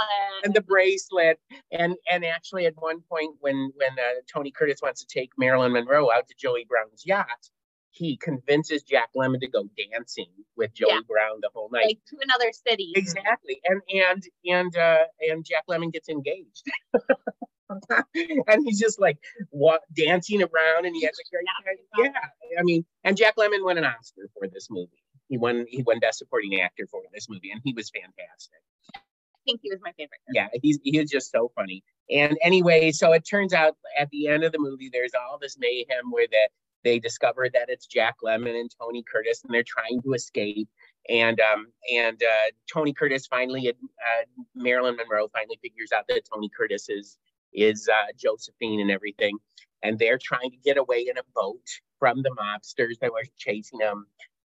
and the bracelet and and actually at one point when when uh, tony curtis wants to take marilyn monroe out to joey brown's yacht he convinces jack lemon to go dancing with joey Yeah. brown the whole night like to another city. exactly and and and uh and jack lemon gets engaged and he's just like wa- dancing around and he has a great time yeah i mean and jack lemon won an oscar for this movie he won he won best supporting actor for this movie and he was fantastic I think he was my favorite. yeah, he's he is just so funny. And anyway, so it turns out at the end of the movie, there's all this mayhem where that they discover that it's Jack Lemon and Tony Curtis, and they're trying to escape. And um and uh, Tony Curtis finally, uh, Marilyn Monroe finally figures out that Tony Curtis is is uh, Josephine and everything, and they're trying to get away in a boat from the mobsters that were chasing them.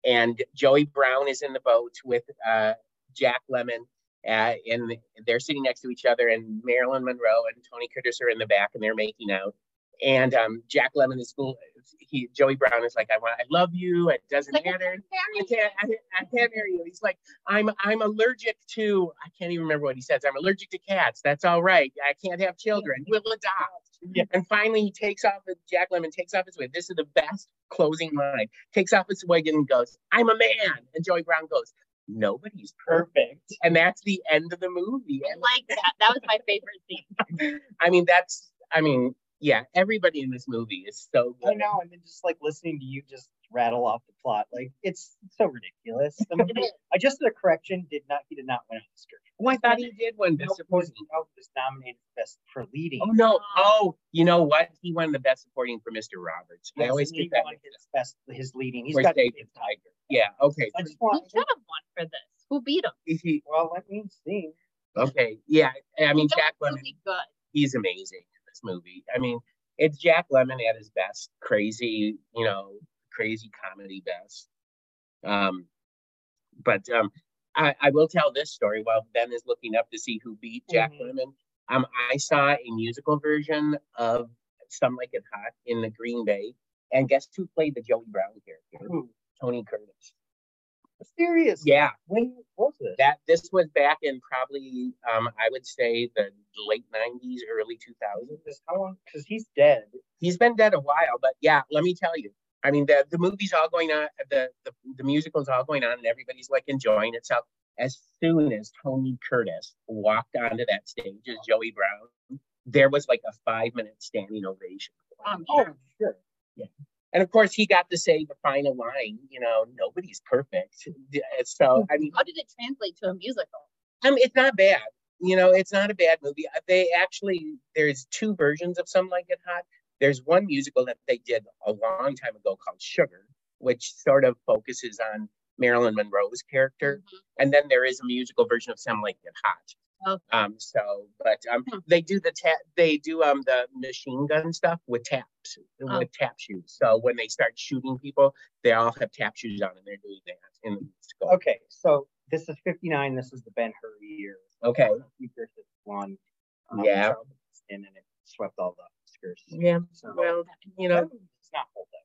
And Joey Brown is in the boat with uh, Jack Lemon, uh, and they're sitting next to each other, and Marilyn Monroe and Tony Curtis are in the back, and they're making out. And um, Jack Lemon is cool. He Joey Brown is like, I want, I love you. It doesn't Like, matter. I Very can't, I, I can't hear you. He's like, I'm, I'm allergic to, I can't even remember what he says. I'm allergic to cats. That's all right. I can't have children. We'll adopt. Yeah. And finally, he takes off, his- Jack Lemon takes off his wig. This is the best closing line. Takes off his wig and goes, I'm a man. And Joey Brown goes, nobody's perfect. Perfect. And that's the end of the movie. I And like that. That was my favorite scene. I mean, that's, I mean, yeah, everybody in this movie is so good. I know, and then just like listening to you just rattle off the plot, like it's so ridiculous. I, mean, It is. I just did a correction. Did not he did not win an Oscar? Oh, I thought he did one. Best supporting. Nope, was nominated best for leading. Oh no! Oh, you know what? He won the best supporting for Mr. Roberts. I Yes, always he get that. won mixed up. His best, his leading. He's Where's got. David Tiger? Yeah. Okay. I just Who want. should have won for this? Who beat him? He- Well, let me see. okay. Yeah. I mean, That Jack was Lemmon. really good. He's amazing in this movie. I mean, it's Jack Lemmon at his best. Crazy, you know, crazy comedy best. Um, but um, I, I will tell this story while Ben is looking up to see who beat Jack Mhm. Lemmon. Um, I saw a musical version of Some Like It Hot in the Green Bay, and guess who played the Joey Brown character? Who? Tony Curtis. Serious? Yeah, When was this? that this was back in probably um, I would say the late '90s, early 2000s. Just how long? Because he's dead. He's been dead a while, but yeah, let me tell you. I mean, the the movie's all going on, the the, the musical's all going on, and everybody's like enjoying itself. As soon as Tony Curtis walked onto that stage as Joey Brown, there was like a five minute standing ovation. Um, Oh, sure. And of course, he got to say the final line. You know, nobody's perfect. So I mean, How did it translate to a musical? um, it's not bad. You know, it's not a bad movie. Uh, They actually there's two versions of Some Like It Hot. There's one musical that they did a long time ago called Sugar, which sort of focuses on Marilyn Monroe's character, Mhm. and then there is a musical version of Some Like It Hot. Okay. Um, so, but um, Hmm. they do the tap, they do um the machine gun stuff with taps, Oh. with tap shoes. So when they start shooting people, they all have tap shoes on, and they're doing that in the musical. Okay, so this is 59. This is the Ben Hur year. Okay. Keith Griffith won. um, Yeah. Charlton Heston, and it swept all the Oscars. Yeah. So, Well, you know, it's not hold up.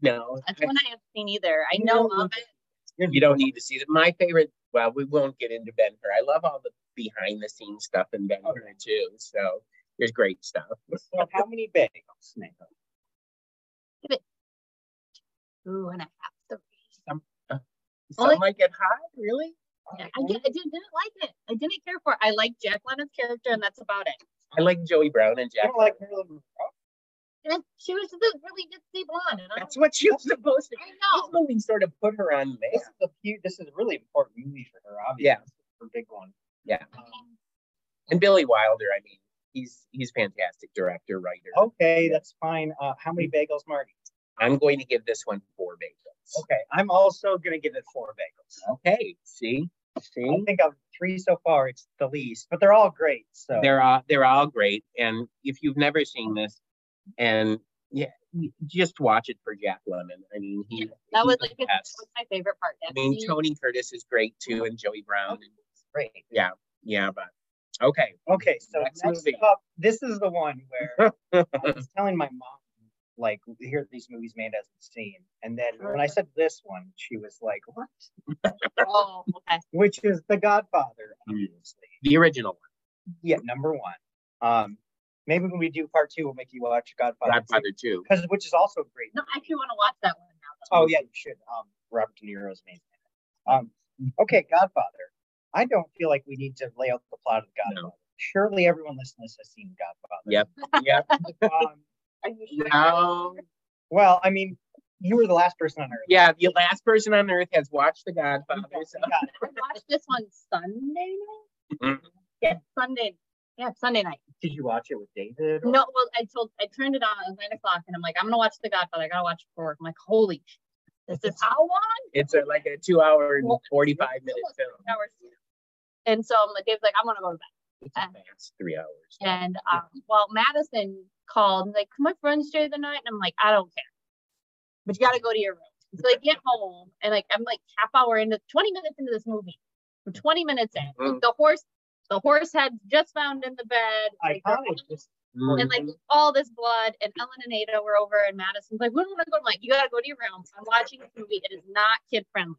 no. That's I- one I haven't seen either. I You know know, of it. you don't need to see that. My favorite, well, we won't get into Ben Hur. I love all the behind the scenes stuff in Ben Hur Okay. too. So there's great stuff. So how many bagels, Nathan? Two and a half, three. Some Only- might get hot, really? Yeah, I, did, I did, not like it. I didn't care for it. I liked Jack Lennon's character, and that's about it. I like Joey Brown and I Jack. don't like Marilyn Monroe. And she was this really ditzy blonde, and I, That's what she was supposed to. I This know. movie sort of put her on This there. is a few. This is a really important movie for her. Obviously, Yeah. This is her big one. Yeah. Um, And Billy Wilder, I mean, he's he's fantastic director, writer. Oh. okay, that's fine. Uh, how many bagels, Marty? I'm going to give this one four bagels. Okay, I'm also gonna give it four bagels. Okay. See? I See? think of three so far, it's the least, but they're all great. So They're all they're all great. And if you've never seen this, and yeah, just watch it for Jack Lemon. I mean, he That he was like that best. was my favorite part. I mean, She- Tony Curtis is great too, and Joey Brown. great. Yeah, but okay, Okay, so Next next, movie. up, this is the one where I was telling my mom, like, here are these movies Amanda hasn't seen, and then when I said this one, she was like, "What?" oh, okay. Which is The Godfather, Mm. obviously. the original one, Yeah, number one. Um, maybe when we do part two, we'll make you watch Godfather. Godfather Two. because which is also a great. No, I actually want to watch that one now. Though. Oh yeah, you should. Um, Robert De Niro's amazing. Um, okay, Godfather. I don't feel like we need to lay out the plot of The No. Godfather. Surely everyone listening to this has seen Godfather. Yep. Yeah. Um, Are you sure? No. Well, I mean, you were the last person on earth. Yeah, the last person on earth has watched The Godfather. So. Got it. I watched this one Sunday night. Mhm. Yeah, Sunday. Yeah, Sunday night. Did you watch it with David? or- No, well, I told I turned it on at nine o'clock, and I'm like, I'm gonna watch The Godfather. I gotta watch it for work. I'm like, holy, sh- this is how long? It's a, like a two-hour and forty-five minute Almost film. three hours. And so I'm like, Dave's like, I'm gonna go to bed. It's a fast three hours. And um, well, Madison called and like, can my friends stay the night? And I'm like, I don't care. But you gotta go to your room. So I get home, and like I'm like half hour into, 20 minutes into this movie. I'm 20 minutes in. Mhm. The horse, the horse head just found in the bed. Like, they're Iconic. Just and like Mhm. all this blood and Ellen and Ada were over and Madison's like, we don't want to go. I'm like, you gotta go to your room. I'm watching this movie. It is not kid friendly.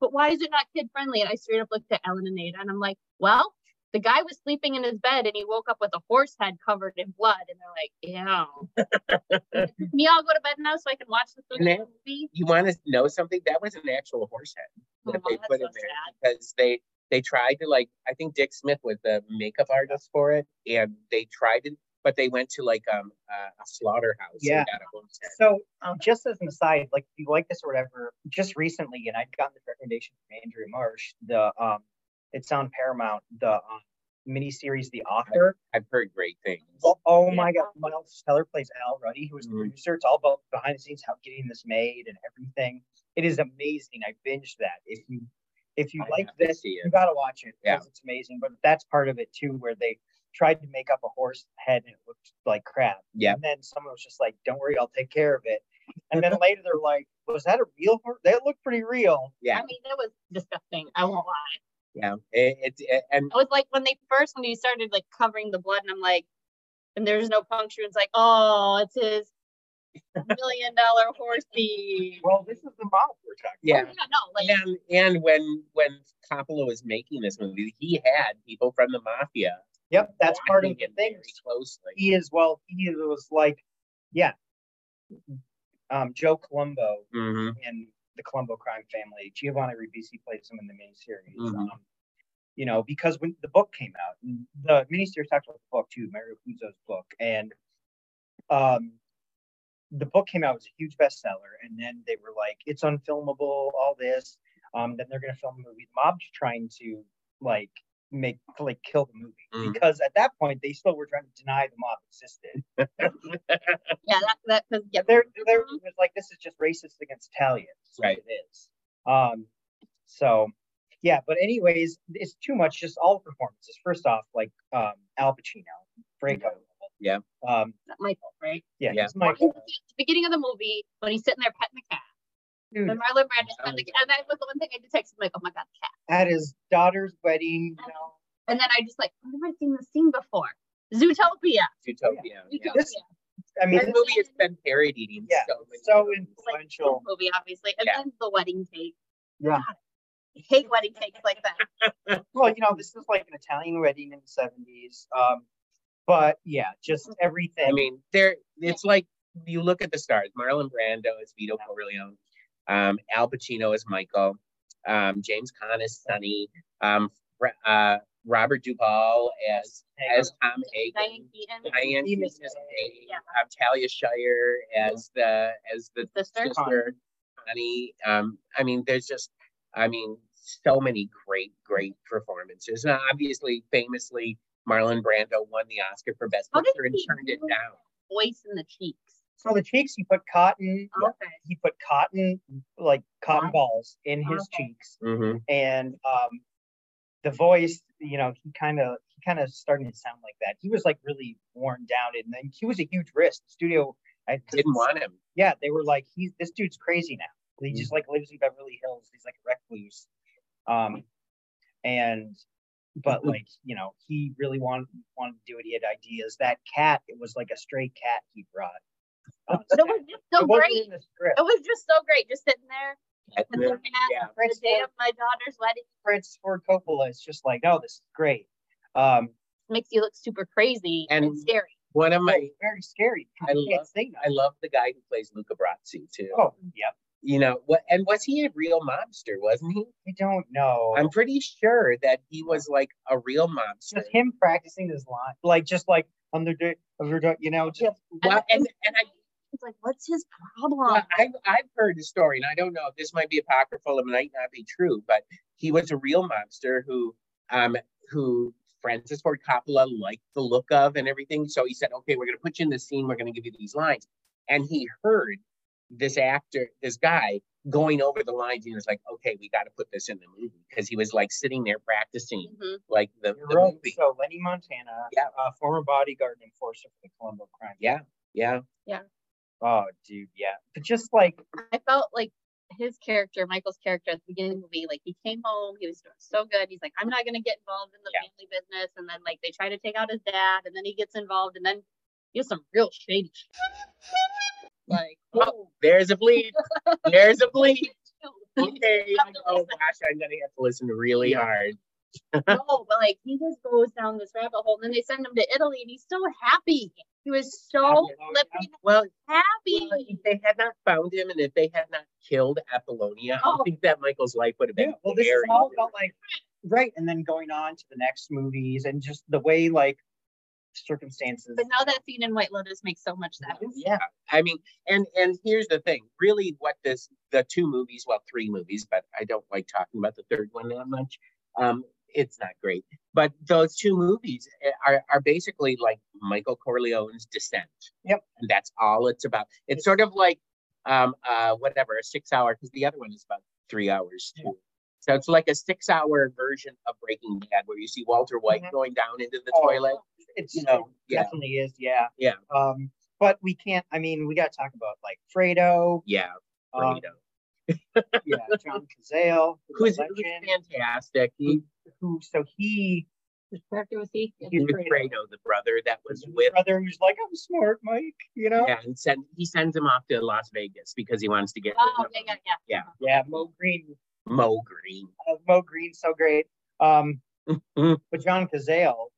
But why is it not kid friendly? And I straight up looked at Ellen and Ada and I'm like, well, the guy was sleeping in his bed and he woke up with a horse head covered in blood. And they're like, yeah. Me, I'll go to bed now so I can watch this And that- movie. you want to know something? That was an actual horse head. that Oh, they that's put so in there because they they tried to like I think Dick Smith was the makeup artist for it, and they tried to, but they went to like um uh, a slaughterhouse. and Yeah. got a homestead. So, um, just as an aside, like if you like this or whatever, just recently, and I'd gotten this recommendation from Andrew Marsh. The um, it's on Paramount. The um, miniseries The Author. I've heard great things. Oh, oh Yeah. my God, Miles Teller plays Al Ruddy, who was the Mhm. producer. It's all about behind the scenes, how getting this made and everything. It is amazing. I binged that. If you if you I like have to this, see it. you gotta watch it Yeah. because it's amazing. But that's part of it too, where they tried to make up a horse head and it looked like crap. Yeah. And then someone was just like, "Don't worry, I'll take care of it." And then later they're like, "Was that a real horse? That looked pretty real." Yeah, I mean, that was disgusting. I won't lie. yeah. It, it, it- and It was like when they first when you started like covering the blood, and I'm like, and there's no puncture. It's like, oh, it's his million dollar horsey. Well, this is the model we're talking. yeah. Oh, yeah, no, like And, and when when Coppola was making this movie, he had people from the mafia. Yep, that's part of watching the it thing. very closely. he is well he is- was like yeah um joe colombo Mhm. and the colombo crime family giovanni ribisi plays him in the miniseries Mhm. um, you know because when the book came out and the miniseries talked about the book too mario puzo's book and um the book came out it was a huge bestseller and then they were like it's unfilmable all this um then they're gonna film a movie the mob's trying to like make to like kill the movie Mhm. because at that point they still were trying to deny the mob existed. yeah, that that because yeah, They're they're Mm-hmm. just like this is just racist against Italians. is what Right. It is. Um. So, yeah. But anyways, it's too much. Just all the performances. First off, like um Al Pacino, breakup. Yeah. Um. not Michael, right? Yeah. Yeah. it's At Michael. the beginning of the movie, when he's sitting there petting the cat, Dude, and Marlon Brando's that petting the was- cat, and that was the one thing I did text him like, oh my god, the cat. at his daughter's wedding. You know, And then I just like, I've never seen this scene before. Zootopia. Zootopia. Yeah. Zootopia. This- I mean, This it's movie has been parodied in Yeah, so many so movies. influential. movie, obviously, and Yeah. then the wedding cake. Yeah. God, I hate wedding cakes like that. Well, you know, this is like an Italian wedding in the seventies. Um. But yeah, just everything. I mean, there it's like you look at the stars. Marlon Brando is Vito Corleone. Um, Al Pacino is Michael. Um, James Caan is Sonny. Um, Ra- uh, Robert Duvall as as Tom Diane Hagen. Keaton, Diane Keaton Miss is May. May. Yeah. Um, Talia Shire as the as the sister. sister Connie. Um, I mean, there's just, I mean, so many great, great performances. Now, obviously, famously, Marlon Brando won the Oscar for Best How did Picture and he turned it do down. Voice in the cheeks. So the cheeks, he put cotton. Okay. he put cotton like cotton Wow. balls in his Okay. cheeks Mm-hmm. and um the voice you know he kind of he kind of started to sound like that he was like really worn down and then he was a huge risk the studio I Didn't want him. yeah they were like he's this dude's crazy now he just like lives in beverly hills he's like a recluse um and but like you know he really wanted wanted to do it he had ideas that cat it was like a stray cat he brought on But it was just so It wasn't great. in the script. It was just so great, just sitting there. And And then- looking at yeah. the day of my daughter's wedding Prince Ford Coppola is just like, oh, this is great. Um, makes you look super crazy and, And- scary. One of my, it's very scary. I You can't love, sing that. I love the guy who plays Luca Brasi too. Oh, yep. You know what? And was he a real mobster? Wasn't he? I don't know. I'm pretty sure that he was like a real mobster. just him practicing his line, like just like on the day of your day, you know, just Well, and and I It's like, what's his problem? Well, I've, I've heard a story, and I don't know if this might be apocryphal and might not be true, but he was a real mobster who, um, who Francis Ford Coppola liked the look of and everything. So he said, "Okay, we're going to put you in this scene. We're going to give you these lines." And he heard this actor, this guy, going over the lines, and he was like, "Okay, we got to put this in the movie," because he was like sitting there practicing Mhm. like the, you're the right. movie. So Lenny Montana, Yeah. uh, former bodyguard and enforcer for the Colombo crime. Yeah, yeah, Oh, dude, yeah. But just like I felt like his character, Michael's character at the beginning of the movie, like he came home, he was doing so good. He's like, I'm not gonna get involved in the Yeah. family business, and then like they try to take out his dad, and then he gets involved, and then he does some real shady shit. Like, oh, there's a bleed. There's a bleed. no, Okay. I go, oh gosh, I'm gonna have to listen really hard. but like he just goes down this rabbit hole, and then they send him to Italy, and he's so happy. He was so Oh, flipping Well, happy. well, if they had not found him and if they had not killed Apollonia, I Oh. think that Michael's life would have been Yeah, well, this is very all about different. like right, and then going on to the next movies and just the way like circumstances. But now that scene in White Lotus makes so much sense. yeah i mean and and here's the thing really what this the two movies well three movies but i don't like talking about the third one that much um it's not great but those two movies eh, are, are basically like michael corleone's descent Yep. and that's all it's about it's sort of like um uh whatever a six hour because the other one is about three hours too so it's like a six hour version of breaking bad where you see walter white Mhm. going down into the Oh, toilet It's you know it yeah definitely is, yeah, Yeah. Um, but we can't. I mean, we got to talk about like Fredo, yeah um, Fredo. yeah, John Cazale, who's, the who's legend, fantastic. He, who so he Which character was he? Yeah. he was Fredo. Fredo, the brother that was his with. brother who's like I'm smart, Mike, you know. Yeah, and send, he sends him off to Las Vegas because he wants to get Oh, rid of yeah, yeah, him. yeah. Yeah. yeah Mo Green Mo Green. uh, Mo Green's so great. Um, Mhm. but John Cazale,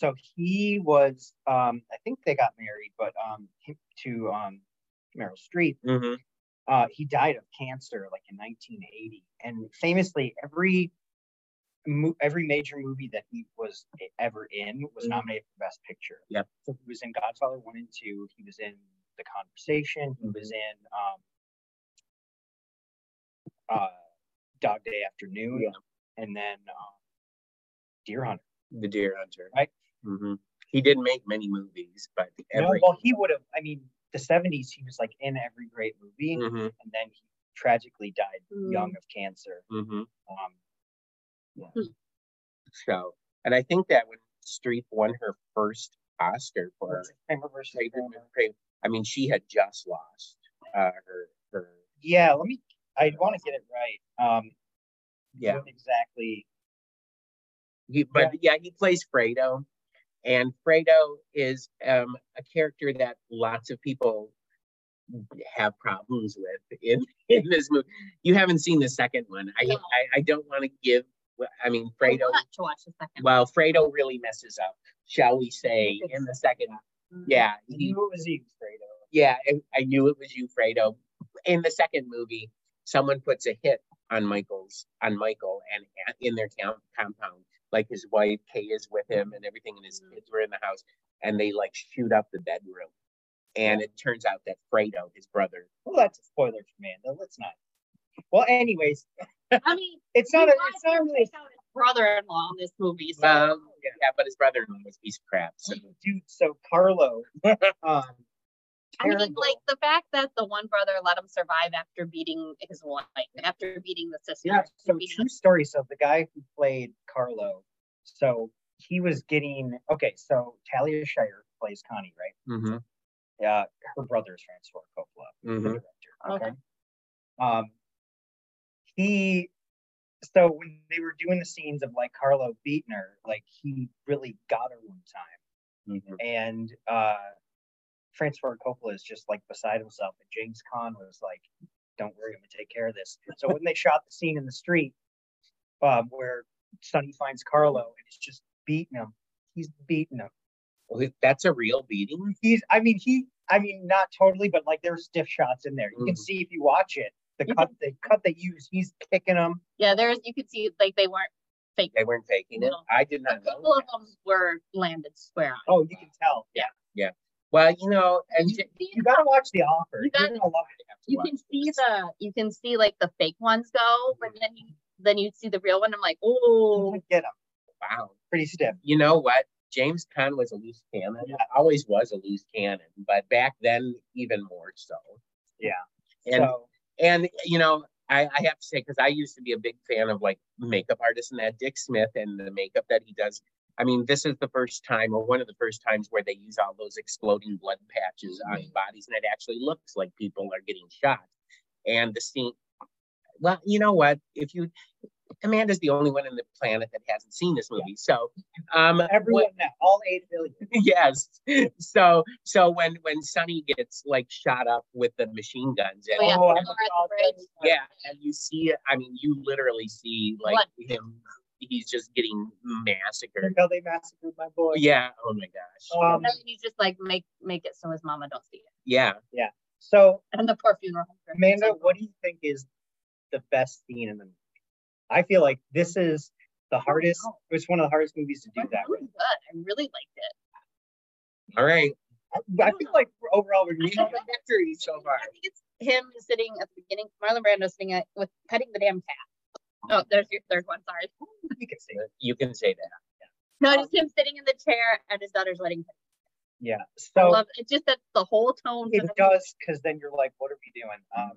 so he was, um, I think they got married, but um, he- to um, Meryl Streep, hmm uh, he died of cancer like in 1980, and famously every mo- every major movie that he was e-, ever in was Mhm. nominated for Best Picture. Yep. So he was in Godfather One and Two. He was in The Conversation. He Mm-hmm. was in um, uh, Dog Day Afternoon, Yeah. and then um, Deer Hunter. The Deer Hunter. Right. hmm He didn't make many movies, but no, every. well, he would have. I mean, the '70s, he was like in every great movie, Mhm, and then he tragically died Mm. young of cancer. mhm. Um, So, and I think that when Streep won her first Oscar for Kramer versus Kramer. I mean, she had just lost uh, her, her. Yeah, let me. I want to get it right. Um, Yeah. what exactly. He, but yeah. he plays Fredo, and Fredo is um, a character that lots of people have problems with in, in this movie. You haven't seen the second one. I No. I, I don't want to give. I mean, I Fredo. want to watch the second. Well, Fredo really messes up, shall we say, in the second. one. Yeah, I he- knew it was Eve Fredo. yeah. I, I knew it was you, Fredo. In the second movie, someone puts a hit on Michael's on Michael and and in their camp, compound. Like his wife Kay is with him and everything, and his Mhm. kids were in the house, and they like shoot up the bedroom. And it turns out that Fredo, his brother, Well, that's a spoiler for Amanda. Let's not. Well, anyways, I mean, it's not. A, it's not really. his brother-in-law in this movie. So um, yeah, but his brother-in-law was a piece of crap. So Dude, so Carlo. Um, I mean, terrible. like the fact that the one brother let him survive after beating his wife, after beating the sister. Yeah, so beating true story. So the guy who played Carlo, so he was getting okay. So Talia Shire plays Connie, right? Mm-hmm. Mhm, Yeah, uh, her brother is Francois Coppola, the mhm. director. Okay. Okay. Um, he so when they were doing the scenes of like Carlo beating her, like he really got her one time Mhm. and uh Francis Ford Coppola is just like beside himself and James Caan was like don't worry I'm gonna take care of this so when they shot the scene in the street um where Sonny finds Carlo and it's just beating him he's beating him Well, That's a real beating. he's I mean he I mean not totally but like there's stiff shots in there you can Mhm. Mm. see if you watch it the cut the cut they use he's kicking him Yeah, there's you could see like they weren't fake. They weren't faking it. No. I did A not know. couple of that. them were landed square on. oh you can tell Well, you know, and You can see you gotta watch The Offer You gotta- You're gonna love it. you can see the you can see like the fake ones go, but Mm-hmm. then you then you see the real one. I'm like, You oh, can get him wow. pretty stiff you know what? James Conn was a loose cannon. Yeah. Always was a loose cannon, but back then even more so. Yeah. And so and you know, I, I have to say because I used to be a big fan of like makeup artists and that Dick Smith and the makeup that he does. I mean, this is the first time or one of the first times where they use all those exploding blood patches on Mm-hmm. bodies, and it actually looks like people are getting shot. And the scene, well, you know what? If you Amanda's the only one on the planet that hasn't seen this movie, so um, everyone now all eight billion yes. So so when when Sonny gets like shot up with the machine guns and Oh, yeah. and- Over at the bridge. yeah, and you see it, I mean you literally see like Blood. him he's just getting massacred. Look how they massacred my boy. Yeah. Oh my gosh. Um, And then you just like make make it so his mama don't see it. Yeah. So And the poor funeral. home director. Amanda, what do you think is the best scene in the movie? I feel like this is the hardest. know. It's one of the hardest movies to do It was that. really With. good. I really liked it. All right. I, I feel like overall we're We have a victory so far. I think it's him sitting at the beginning, Marlon Brando sitting at, with petting the damn cat. Oh, there's your third one. Sorry. we can see. You can say that. No, Oh. just him sitting in the chair at his daughter's wedding. Yeah. I So love it. Just that's the whole tone. for it the does because then you're like, what are we doing? Um,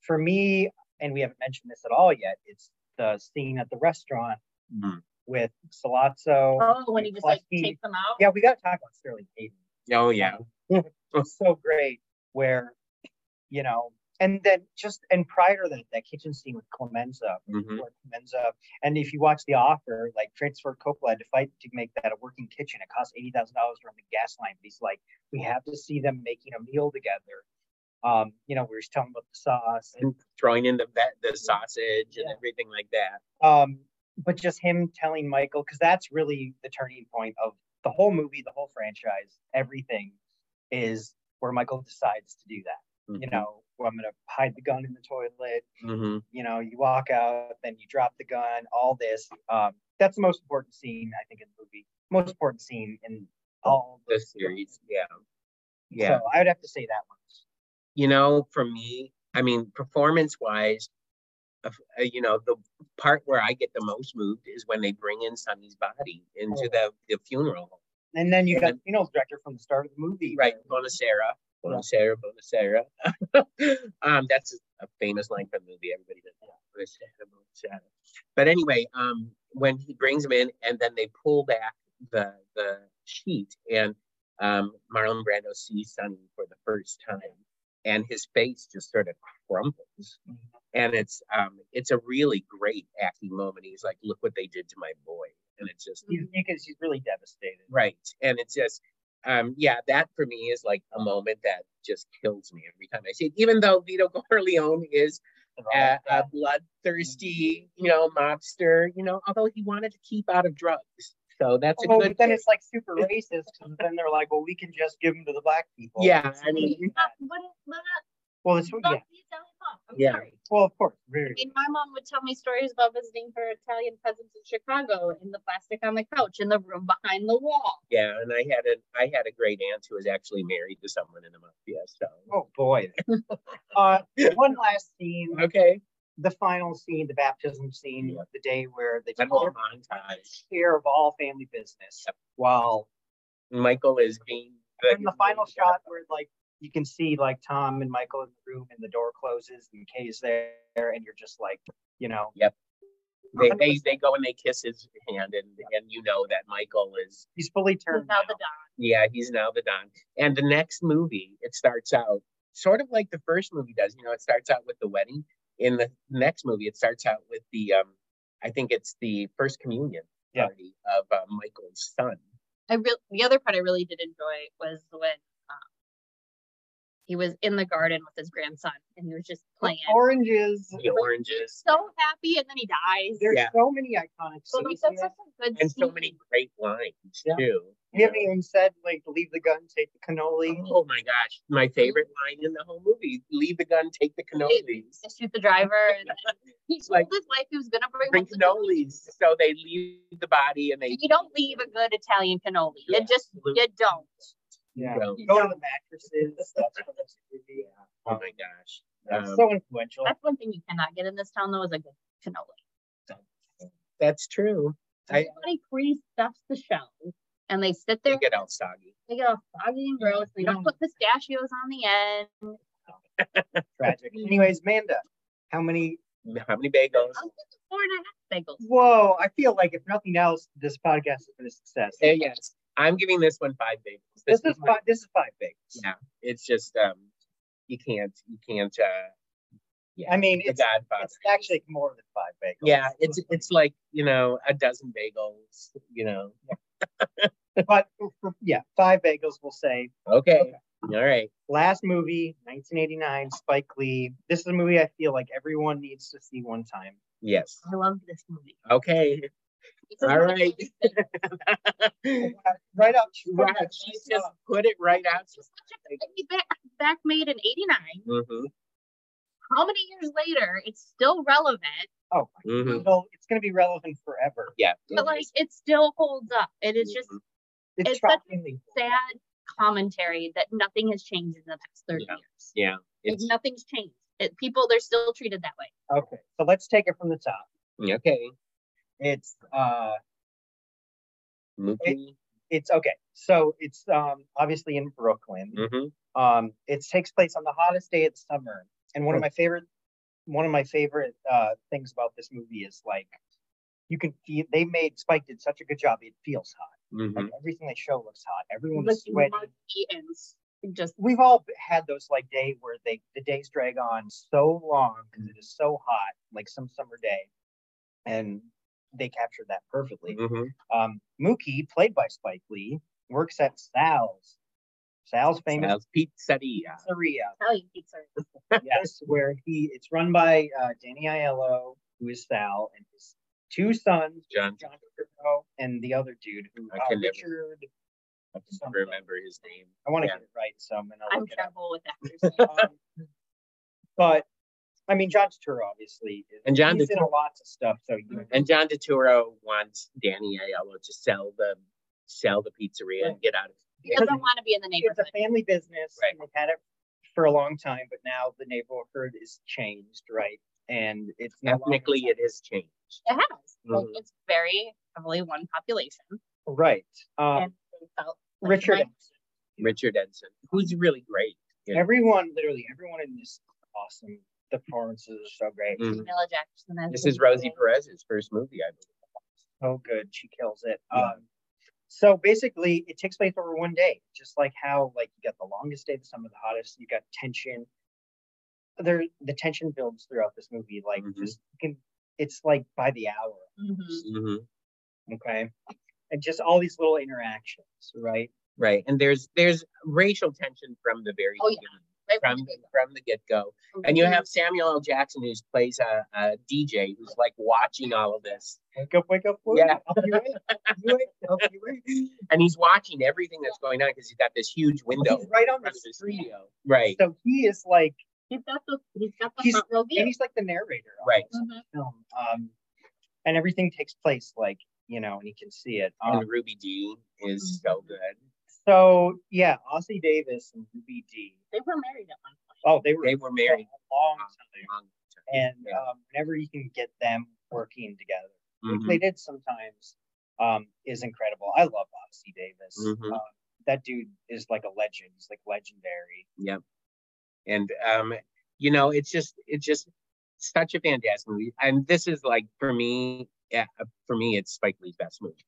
for me, and we haven't mentioned this at all yet. It's the scene at the restaurant Mhm. with Salazzo. movie. Oh, when he just like Fluffy. takes them out. Yeah, we got to talk about Sterling Hayden. Oh yeah. It's so great where, you know, and then just and prior to that, that kitchen scene with Clemenza, Mhm. where Clemenza, and if you watch The Offer, like Francis Ford Coppola had to fight to make that a working kitchen. It cost eighty thousand dollars to run the gas line, but he's like, we have to see them making a meal together. Um, you know, we were just telling about the sauce, and, And throwing in the vet, the sausage and Yeah. everything like that. um, but just him telling Michael because that's really the turning point of the whole movie, the whole franchise, everything is where Michael decides to do that. Mm-hmm. you know, well, I'm going to hide the gun in the toilet. hmm You know, you walk out, then you drop the gun, all this. Um, that's the most important scene, I think, in the movie. Most important scene in all the those series. Yeah. Yeah. So I would have to say that one. you know, for me, I mean, performance wise, uh, you know, the part where I get the most moved is when they bring in Sonny's body into Oh. the, the funeral. home. And then you And got then- the funeral director from the start of the movie. Right, Bonacera, Bonacera, Bonacera. um, that's a famous line from the movie. Everybody knows that. Bonacera, Bonacera. But anyway, um, when he brings him in, and then they pull back the the sheet, and um, Marlon Brando sees Sonny for the first time, and his face just sort of crumples, Mhm. and it's um, it's a really great acting moment. He's like, "Look what they did to my boy," and it's just He's, because he's really devastated. Right. And it's just, um, yeah, that for me is like a moment that just kills me every time I see it. Even though Vito Corleone is And all a, a that. bloodthirsty, you know, mobster, you know, although he wanted to keep out of drugs. So that's a Oh, good. but then it's like super racist because then they're like, well, we can just give them to the black people. yeah, I mean, Uh, What is what Well, it's, oh, yeah. is I'm Yeah. sorry. Well, of course. Very, I mean, my mom would tell me stories about visiting her Italian cousins in Chicago, in the plastic on the couch, in the room behind the wall. yeah, and I had a I had a great aunt who was actually married to someone in the mafia. So oh, boy. uh, one last scene. okay, the final scene, the baptism scene, Yeah. the day where they that take whole over montage. care of all family business. Yep. While Michael is being in the final shot, where like you can see like Tom and Michael in the room, and the door closes, and Kay's there, and you're just like, you know, They, they they go and they kiss his hand, and and you know that Michael is he's fully turned. Without now. the dog. Yeah, he's now the Don. And the next movie, it starts out sort of like the first movie does. You know, it starts out with the wedding. In the next movie, it starts out with the um, I think it's the first communion Yeah. party of uh, Michael's son. I really the other part I really did enjoy was when um, he was in the garden with his grandson and he was just playing. Oranges. The oranges So happy, and then he dies. There's Yeah. so many iconic So like, scenes. in that's this. such a good and so scene. many great lines Yeah. too. We haven't even said like leave the gun, take the cannoli. Oh my gosh, my favorite line in the whole movie: "Leave the gun, take the cannolis." to shoot the driver. And then he It's like- told his wife he was gonna bring, Bring home the cannoli. cannolis, so they leave the body and they You don't leave a good Italian cannoli. Yeah, You just absolutely. you don't. Yeah. go. Go to the mattresses. That's from this movie. Oh my gosh. That's Um, so influential. That's one thing you cannot get in this town though is a good cannoli. That's true. I- Everybody pre-stuffs the shell and they sit They there. get all soggy. They get all soggy and gross. They don't put pistachios on the end. Tragic. Anyways, Manda, how many How many bagels? I'll give it four and a half bagels. Whoa, I feel like if nothing else, this podcast has been a success. Uh, yes, I'm giving this one five bagels. This, is my- five, this is five big. Yeah, it's just um, you can't, you can't. Uh, yeah, I mean, the it's, Godfather. it's actually more than five big. yeah, it's it's like you know a dozen bagels. You know. but for- yeah, five bagels. We'll say Okay. Okay. All right. last movie, 1989, Spike Lee. This is a movie I feel like everyone needs to see one time. Yes. I love this movie. Okay. This is All what I right. always think. Oh, Right up. Right. She just put it right out. Just such a- I mean, back, back made in 89. Mm-hmm. How many years later, it's still relevant, Oh, Mm-hmm. well, it's going to be relevant forever. Yeah. but like it still holds up. And it's just It's, It's such shockingly. sad commentary that nothing has changed in the past 30 Yeah. years. Yeah. Like, It's nothing's changed. It, people, they're still treated that way. Okay, so let's take it from the top. mm, okay. It's uh, Mookie. it's okay. So it's um obviously in Brooklyn. Mm-hmm. Um, it takes place on the hottest day of the summer, and Mm. one of my favorite, one of my favorite uh things about this movie is like, you can feel they made Spike did such a good job. It feels hot. Mm-hmm. Like everything they show looks hot. Everyone Like is sweating. muggy and s- just We've all had those like day where they the days drag on so long because it is so hot, like some summer day, and they captured that perfectly. Mm-hmm. Um, Mookie, played by Spike Lee, works at Sal's. Sal's famous Sounds pizzeria. pizzeria. Italian pizza. Yes, where he it's run by uh, Danny Aiello, who is Sal, and his two sons, John. John Turturro and the other dude who I uh, can never- Richard. I can something. remember his name. I want to Yeah. get it right, so I'm gonna I'm look it up. terrible with actors. Um, but I mean, John Turturro obviously, is- And John he's in Turturro- lots of stuff. So you And John DeTuro wants Danny Aiello to sell the sell the pizzeria and get out of He doesn't want to be in the it's neighborhood. a family business. Right. and They've had it for a long time, but now the neighborhood is changed, right? And it's no longer- Ethnically, it has changed. It has. Like, Mhm. it's very heavily one population. Uh-huh. right. Um, and they felt like Richard, my- Richard Enson, who's really great. Yeah. everyone, literally everyone in this is awesome. The performances are so great, Mhm. Mila Jackson. as This the- is Rosie Perez's first movie, I so oh, good. She kills it. Yeah. Um, so basically, it takes place over one day, just like how like you got the longest day, the summer, the hottest. You got tension. There, the tension builds throughout this movie. Like Mhm. just you can, it's like by the hour. Mhm. believe. Mm-hmm. okay and just all these little interactions right Right, and there's there's racial tension from the very Oh, yeah. beginning, Right from from the from the get go. get-go. And you have Samuel L. Jackson, who plays a, a DJ, who's like watching all of this, wake up wake up wake Yeah. up, up you wake, up you wake, up you wake. and he's watching everything that's going on because he's got this huge window he's right on in the front of his street studio. Right, so he is like He's got the he's got the He's- front row view. and he's like the narrator on Right. this Mhm. film um and everything takes place like you know and you can see it um, and Ruby Dee is so good. so yeah Ossie Davis and Ruby D They were married at one point. oh they were They were married for a long Wow. time long and Yeah. um, whenever you can get them working together time. which they did sometimes, um, is incredible. I love Odyssey Davis. Mhm. Uh, that dude is like a legend. He's like legendary. and um you know it's just it's just such a fantastic movie and this is like for me yeah, for me it's spike lee's best movie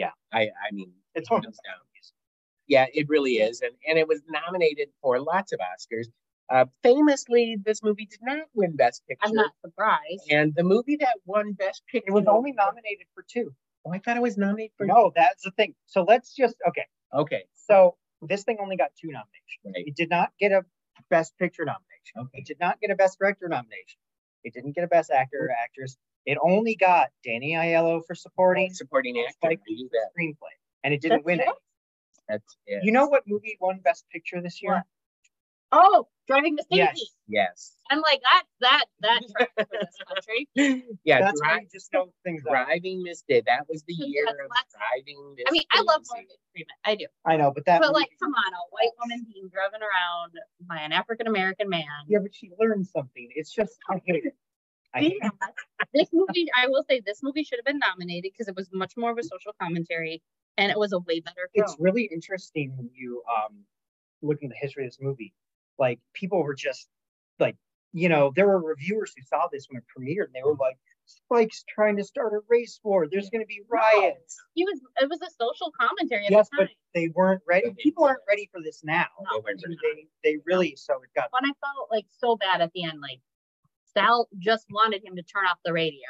Yeah. i i mean It's one of hands down. those. yeah it really is and and it was nominated for lots of oscars uh famously this movie did not win best picture I'm not surprised. and the movie that won best picture It was only nominated for two. oh, i thought it was nominated for No, that's the thing. So let's just okay. okay So this thing only got two nominations. right It did not get a Best Picture nomination. okay It did not get a Best Director nomination. It didn't get a Best Actor or Actress. It only got Danny Aiello for supporting supporting actor Spike I knew that screenplay, and it didn't That's win it? it. that's it You know what movie won Best Picture this year? What? Oh, driving Miss Yes. Daisy. yes I'm like that that that track for this country. yeah That's why Drive- you just know things. Up. Driving Miss Day. That was the Yes, year of that's- driving Miss I mean, I love Daisy. Morgan Freeman. I do. I know, but that. But like, movie- come on, a white woman being driven around by an African American man. Yeah, but she learned something. It's just I hate it. I hate it. this movie, I will say, this movie should have been nominated because it was much more of a social commentary, and it was a way better film. It's really interesting when you um look at the history of this movie. Like people were just like, you know, there were reviewers who saw this when it premiered, and they were like, "Spike's trying to start a race war. There's going to be riots." he was it was a social commentary at Yes, the but time. they weren't ready. But they People aren't weren't. ready for this now. They went for it. They they really so it got When I felt like so bad at the end, like Sal just wanted him to turn off the radio.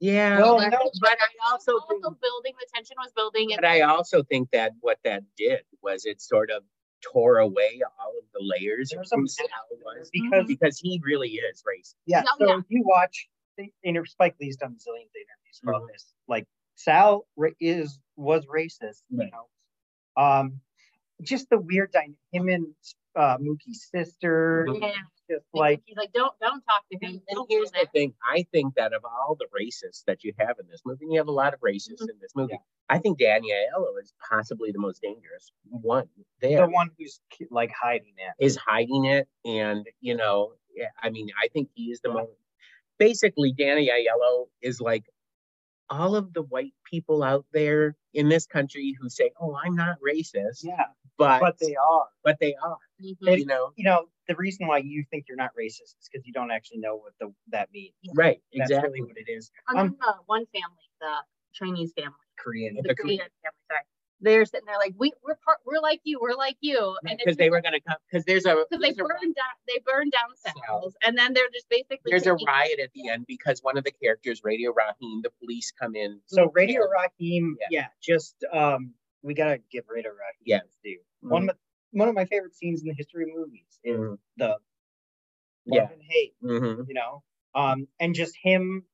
Yeah, No, but, no, but I also think, Also building, the tension was building, and but I also think that what that did was it sort of tore away all of the layers of There's a who map Sal was because because he really is racist. yeah. Oh, So yeah. if you watch they inter- Spike Lee's done zillions of interviews about Mm-hmm. this. Like Sal ra- is was racist, Right. you know. Um, just the weird dynamic. Him and uh, Mookie's sister, Mhm. Yeah. just like he's like, don't don't talk to him. And Don't do here's the that. thing. I think that of all the racists that you have in this movie, and you have a lot of racists Mm-hmm. in this movie. Yeah. I think Danielle is possibly the most dangerous one there. the one who's ki- like hiding it. is hiding it. And, you know, yeah, I mean, I think he is the most. Basically, Danny Aiello is like all of the white people out there in this country who say, oh, I'm not racist, Yeah, but, but they are. but they are, Mhm. you know? You know, the reason why you think you're not racist is because you don't actually know what the, that means. Right, That's exactly. really what it is. And then the uh, one family, the Chinese family, Korean. The the, Korean- Korean family, sorry. They're sitting there like, we we're part, we're like you, we're like you, and Because they were going to come, because there's a. because they there's a- burned down they burned down the So- house, and then they're just basically there's a taking- riot at the end because one of the characters, Radio Rahim, the police come in. So Radio Yeah. Raheem, Mm-hmm. Yeah. yeah. just um, we gotta give Radio Raheem Yeah. Mm-hmm. his due. One of my, one of my favorite scenes in the history of movies is Mhm. the love Yeah. and hate, Mhm. you know, um, and just him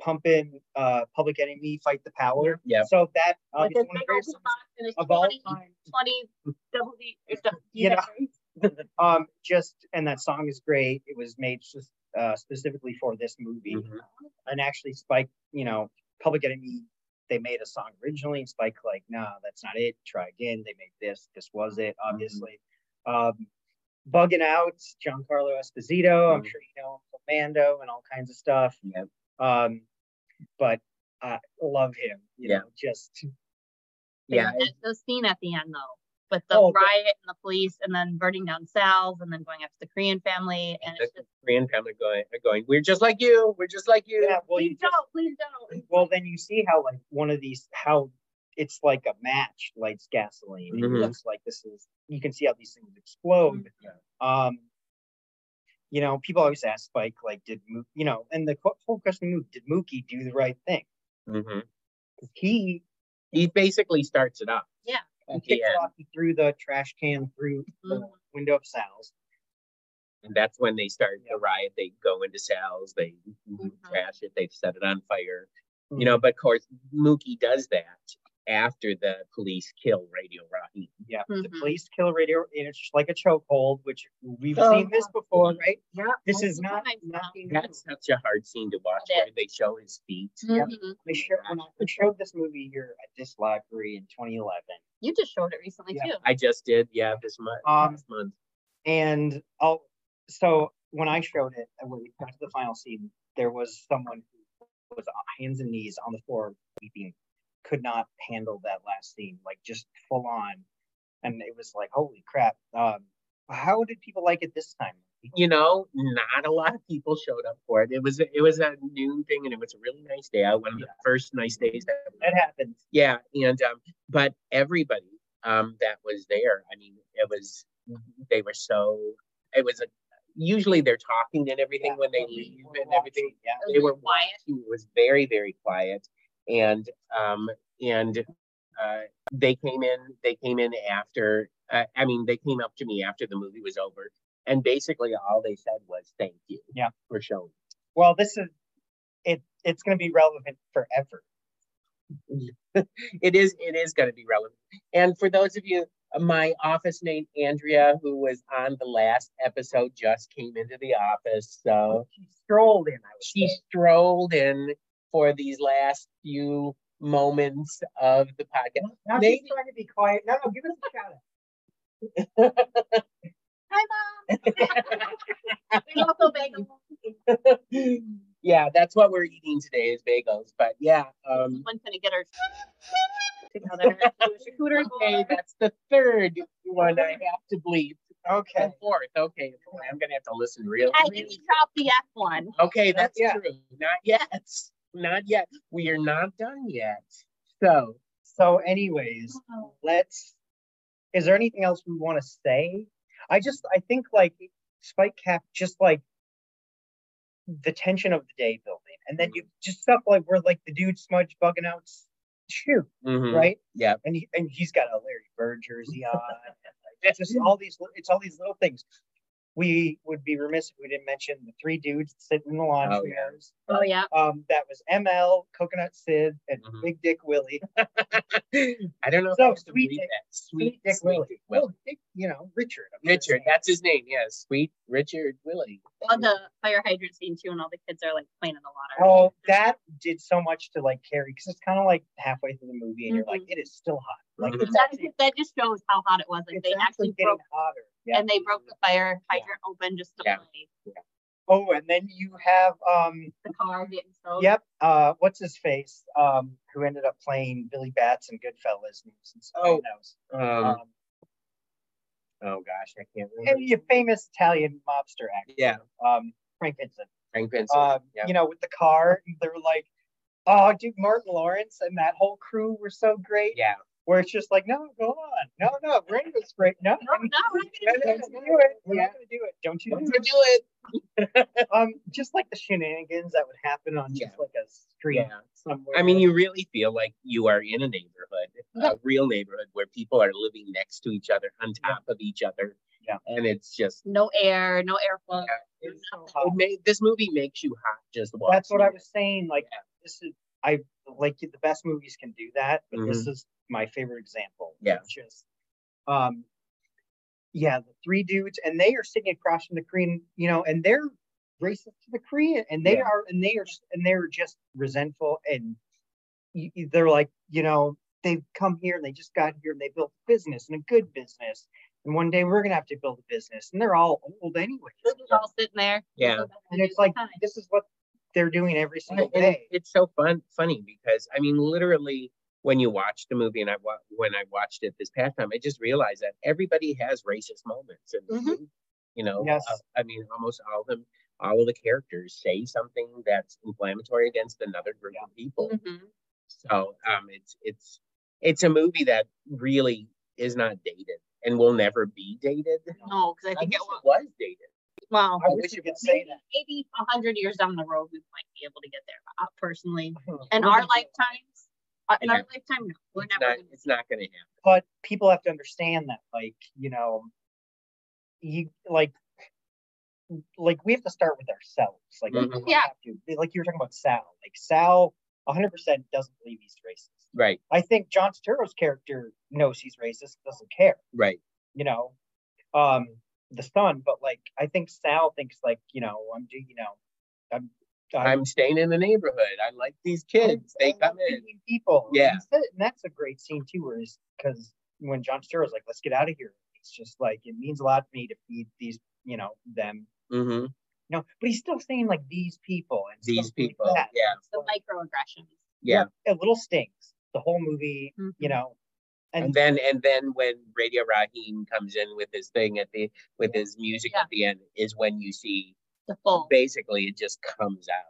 pumping uh, Public Enemy, Fight the Power. Yeah. So that um, with is this one of the big greatest open songs. box and it's of all 20 time. 20 double D, You know. Um, just and that song is great. It was made just uh, specifically for this movie. Mhm. and actually Spike, you know, Public Enemy, they made a song originally, and Spike like, nah, that's not it. Try again. They made this. This was it, Mm-hmm. obviously. Um, Bugging Out, Giancarlo Esposito. I'm Mhm. sure you know him from Mando and all kinds of stuff. Yep. Um, but I love him. You Yeah. know, just Yeah. That- the scene at the end though with the Oh, but- riot and the police and then burning down cells and then going up to the korean family and The it's just Korean family going, are going, we're just like you. We're just like you. yeah. Well, please you just, don't please don't well then you see how like one of these how it's like a match lights gasoline. It Mhm. looks like this is you can see how these things explode. Mm-hmm. um you know people always ask spike like did Mo- you know and the qu- whole question of Mookie, did mookie do the right thing Mm-hmm. 'Cause he He basically starts it up. Yeah. At the kicked end, off through the trash can through the Mhm. window of sal's and that's when they start the riot. They go into Sal's, they trash it, they set it on fire. You know, but of course, Mookie does that after the police kill Radio Rocky. yeah the Mhm. police kill radio and it's just like a chokehold which we've Oh, seen this before right yeah this is not now. nothing new. That's such a hard scene to watch It where they show his feet. Mhm. we, show, when I, we showed this movie here at this library in 2011 you just showed it recently Yeah. too I just did, yeah, this month. Um, last month. And I'll, so when I showed it, and when we got to the final scene, there was someone who was on hands and knees on the floor weeping, could not handle that last scene, like just full on. And it was like, holy crap. Um, how did people like it this time? you know, not a lot of people showed up for it. It was it was a noon thing, and it was a really nice day. out, One of the first nice days that we That happens. yeah and um but everybody um that was there i mean it was they were so it was a usually they're talking and everything Yeah. when they Or leave watching, and everything Yeah. they were quiet watching it was very very quiet and um and uh they came in they came in after uh, i mean they came up to me after the movie was over and basically all they said was thank you Yeah. for showing Well, this is, it. it's going to be relevant forever. it is it is going to be relevant and for those of you my office mate andrea who was on the last episode just came into the office so She strolled in, I was she strolled in for these last few moments of the podcast Now Maybe- she's trying to be quiet. No, no, give us a shout out. hi mom There's also Um, bagels. yeah that's what we're eating today is bagels but yeah um someone's gonna get her together charcuterie day, that's the third one i have to bleep Okay. The fourth okay i'm gonna have to listen real I really think you dropped the F one. Okay, Not that's yet. true. Not yet. Not yet. We are not done yet. So, So, anyways, Oh, let's. Is there anything else we want to say? I just, I think like Spike Cap, just like the tension of the day building, and then Mm-hmm. you just stuff like where like the dude smudge bugging out s- shoe, right? Mm-hmm. yeah, And he and he's got a Larry Bird jersey on. and, like, it's just all these, li- it's all these little things. we would be remiss if we didn't mention the three dudes sitting in the lawn Oh, yeah. chairs. Oh yeah. Um, that was ML, Coconut Sid, and Mhm. Big Dick Willie. I don't know So, if I used to Sweet read Dick- that. Sweet Dick Sweet Willie. Dick Willie. Well, Dick, you know, Richard. I'm sure his Richard, name. that's his name. Yeah, Sweet Richard Willie. Well, the fire hydrant scene too, and all the kids are like playing in the water. Oh, that did so much to like carry because it's kind of like halfway through the movie and you're like, it is still hot. Like Mhm. it's That, actually, that just shows how hot it was. Like it's they actually actually getting broke hotter. Yeah. and they broke the fire hydrant open just to Yeah. play oh, and then you have um, the car getting soaked. yep, uh, what's his face? Um, who ended up playing Billy Bats and Goodfellas and Oh. Sopranos. Um, Um, oh gosh, I can't remember. and your famous Italian mobster actor. Yeah. Um, Frank Vincent. Frank Vincent. Uh, yeah. You know, with the car, they were like, oh, dude, Martin Lawrence and that whole crew were so great. yeah. Where it's just like, no, go on. No, no, we're in this break. No, No, no, we're not no, gonna do no, that. don't you do it. We're Yeah. not going to do it. Don't you Don't do you it. do it. Um, just like the shenanigans that would happen on just Yeah. like a street Yeah. somewhere. I mean, you really feel like you are in a neighborhood, a real neighborhood where people are living next to each other, on top of each other. Yeah. And it's just, No air, no airflow. It's so hot. it made, this movie makes you hot just watching. That's what I it. was saying. Like, Yeah. this is, I like the best movies can do that, but this is my favorite example. Yeah. It's just, um, yeah, the three dudes, and they are sitting across from the Korean, you know, and they're racist to the Korean, and they Yeah. are, and they are, and they're just resentful, and y- y- they're like, you know, they've come here and they just got here and they built a business and a good business. And one day we're gonna have to build a business, and they're all old anyway. We're just all sitting there. Yeah. And it's like this is what they're doing every And single it- and day. it- it's so fun, funny because I mean, literally, when you watch the movie, and I wa- when I watched it this past time, I just realized that everybody has racist moments, and Mhm. you know, Yes. uh, I mean, almost all of them, all of the characters say something that's inflammatory against another group of people. Mhm. So um, it's it's it's a movie that really is not dated and will never be dated. No, because I think it wish was. was dated. Wow. I wish you could say that. Maybe a hundred years down the road, we might be able to get there. But uh, personally, in We're our gonna do it. lifetimes, uh, in our Yeah. lifetime, no, we're It's never. not, gonna it's not going to happen. But people have to understand that, like, you know, you like, like we have to start with ourselves. Like, we Mhm. Yeah. have to, like you were talking about Sal. Like Sal, 100 percent doesn't believe he's racist. Right, I think John Turturro's character knows he's racist, doesn't care. right. You know, um, the son. But like, I think Sal thinks like, you know, I'm, do you know, I'm, Um, I'm staying in the neighborhood. I like these Oh, kids. They I come love in. meeting people. And Yeah. he said- and that's a great scene too, where he's because when John Turturro's like, "Let's get out of here," it's just like it means a lot to me to feed these, you know, them. hmm No, but he's still saying like these people and These stuff like people, that. yeah. It's The like, microaggressions. Yeah. It little stings. The whole movie, you know, And, and, then and then when Radio Raheem comes in with his thing at the with his music Yeah. at the end is when you see The full. basically it just comes out.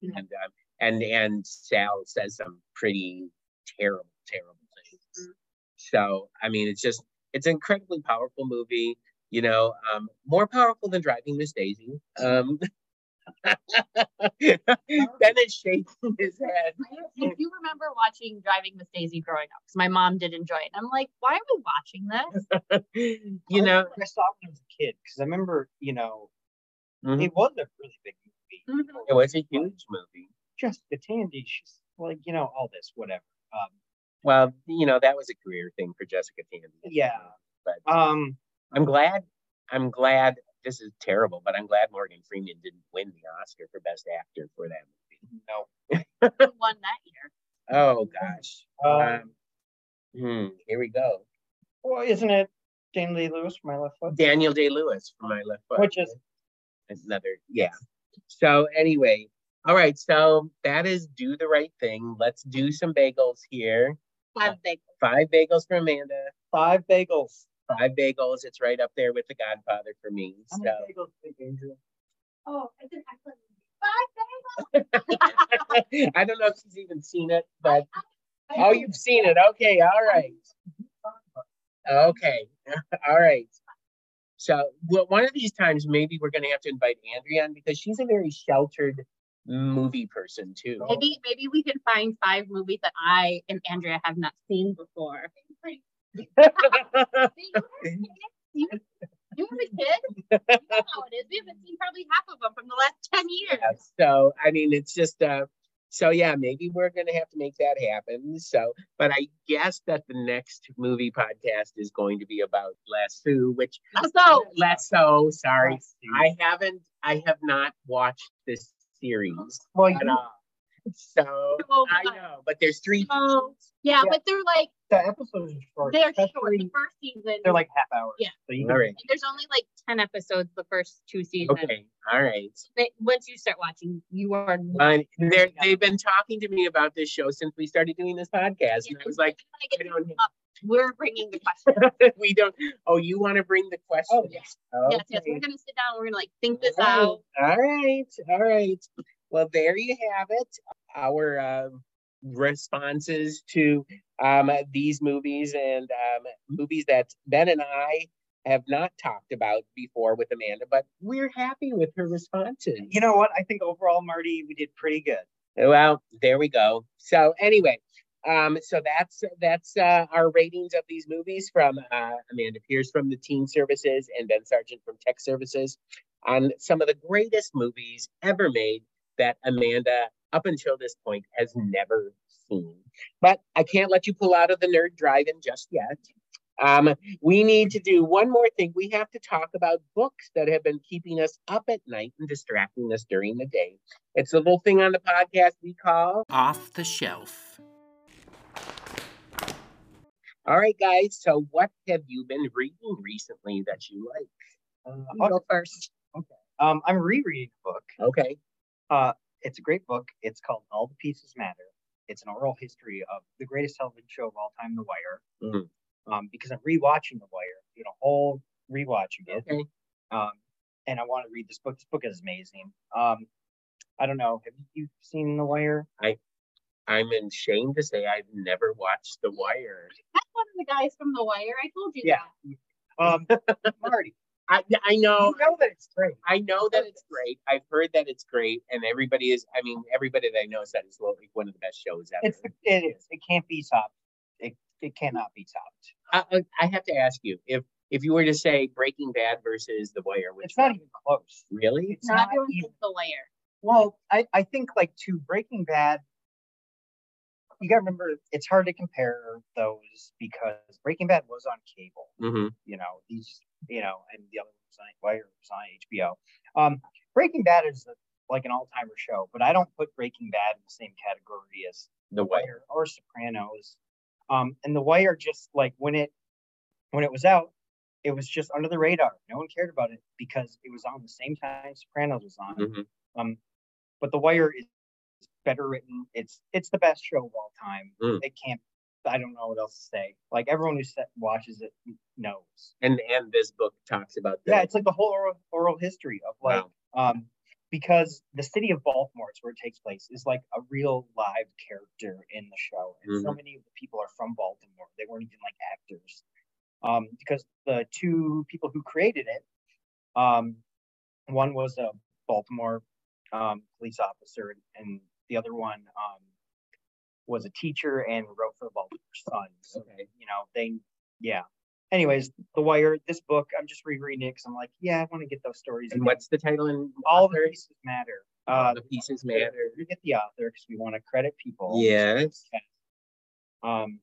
Yeah. And um, and and Sal says some pretty terrible, terrible things. Mhm. So I mean it's just it's an incredibly powerful movie, you know, um, more powerful than driving Miss Daisy. Um Bennett shaking his head. I do remember watching Driving Miss Daisy growing up because my mom did enjoy it. And I'm like, why are we watching this? you I know, remember I saw it when I was a kid because I remember, you know, Mhm. it was a really big movie. Mhm. it was a huge movie. Jessica Tandy, she's like, you know, all this, whatever. Um, Well, you know, that was a career thing for Jessica Tandy. Yeah. But um, I'm glad, I'm glad, this is terrible, but I'm glad Morgan Freeman didn't win the Oscar for Best Actor for that movie. no. Who won that year? Oh, gosh. Um, Um, hmm, here we go. Well, isn't it Dan Lee Lewis from My Left Foot? Daniel Day Lewis for My Left Foot. Which is- another, yeah. So, anyway, all right. So, that is Do the Right Thing. Let's do some bagels here. Five big. Five bagels for Amanda. Five bagels. Five bagels. It's right up there with The Godfather for me. How So, many bagels do you think, Andrew? Oh, it's an excellent movie. Five big. I don't know if she's even seen it, but I oh, you've seen it. Okay, all right. Okay, all right. So, well, one of these times, maybe we're going to have to invite Andrea on because she's a very sheltered movie person too. Maybe maybe we can find five movies that I and Andrea have not seen before. You were a kid? You were a kid? You know how it is. We haven't seen probably half of them from the last 10 years. Yeah, so I mean, it's just uh, so yeah, maybe we're gonna have to make that happen. So, but I guess that the next movie podcast is going to be about Lasso, which Also, Lasso. Sorry, Oh. I haven't. I have not watched this series. well, you At all. So oh, I know, but there's three. oh, yeah, Yeah. but they're like, the episodes are short. they're short. especially- The first season, They're like half hours. Yeah. So you All can right. there's only like 10 episodes the first two seasons. Okay. All right. They- once you start watching, you are. And they're, they've been talking to me about this show since we started doing this podcast, and I was like, I don't. we're bringing the question. we don't. Oh, you want to bring the question? Oh, yes. Yes, yes. We're going to sit down. We're going to like think this All right, out. All right. All right. Well, there you have it. Our uh, responses to um, these movies and um, movies that Ben and I have not talked about before with Amanda, but we're happy with her responses. You know what? I think overall, Marty, we did pretty good. Well, there we go. So anyway, um, so that's that's uh, our ratings of these movies from uh, Amanda Pierce from the Teen Services and Ben Sargent from Tech Services on some of the greatest movies ever made that Amanda up until this point has never seen. But I can't let you pull out of the nerd drive-in just yet. Um, we need to do one more thing. We have to talk about books that have been keeping us up at night and distracting us during the day. It's a little thing on the podcast we call Off the Shelf. All right, guys. So, what have you been reading recently that you like? Uh, You go first. um, I'm rereading a book. Okay. It's a great book. It's called All the Pieces Matter. It's an oral history of the greatest television show of all time, The Wire. Mm. Um, because I'm rewatching The Wire, you know, whole rewatching it. Okay. Um, and I want to read this book. This book is amazing. Um, I don't know. Have you seen The Wire? I'm ashamed to say I've never watched The Wire. That's one of the guys from The Wire. I told you Yeah. Um, Marty, I, I know. you know that it's great. I know that it's great. I've heard that it's great, and everybody is. I mean, everybody that I know said it's like one of the best shows ever. It's it is. It can't be topped. It it cannot be topped. I, I- I have to ask you if if you were to say Breaking Bad versus The Wire, which It's not one? even close. really. It's that. Not not everyone even says The Wire. Well, I, I think like to Breaking Bad, you gotta remember it's hard to compare those because Breaking Bad was on cable, Mm-hmm. you know, these you know, and the other one was on Wire was on HBO. Um Breaking Bad is like an all timer show, but I don't put Breaking Bad in the same category as The Wire. Wire or Sopranos. Um, and The Wire just like when it when it was out, it was just under the radar. No one cared about it because it was on the same time Sopranos was on. Mhm. Um, but The Wire is better written. It's it's the best show of all time. Mm. It can't. I don't know what else to say. Like everyone who set, watches it knows. And and this book talks about Yeah, that. it's like the whole oral, oral history of like Wow. um because the city of Baltimore is where it takes place is like a real live character in the show, and so many of the people are from Baltimore. They weren't even like actors, um, because the two people who created it, um, one was a Baltimore um, police officer, and the other one um, was a teacher and wrote for the Baltimore Sun. So Okay. you know they, yeah. Anyways, The Wire. This book, I'm just rereading it because I'm like, yeah, I want to get those stories. And again what's the title and all the author? pieces matter. All Uh, the pieces matter. matter. We get the author because we want to credit people. Yes. Um,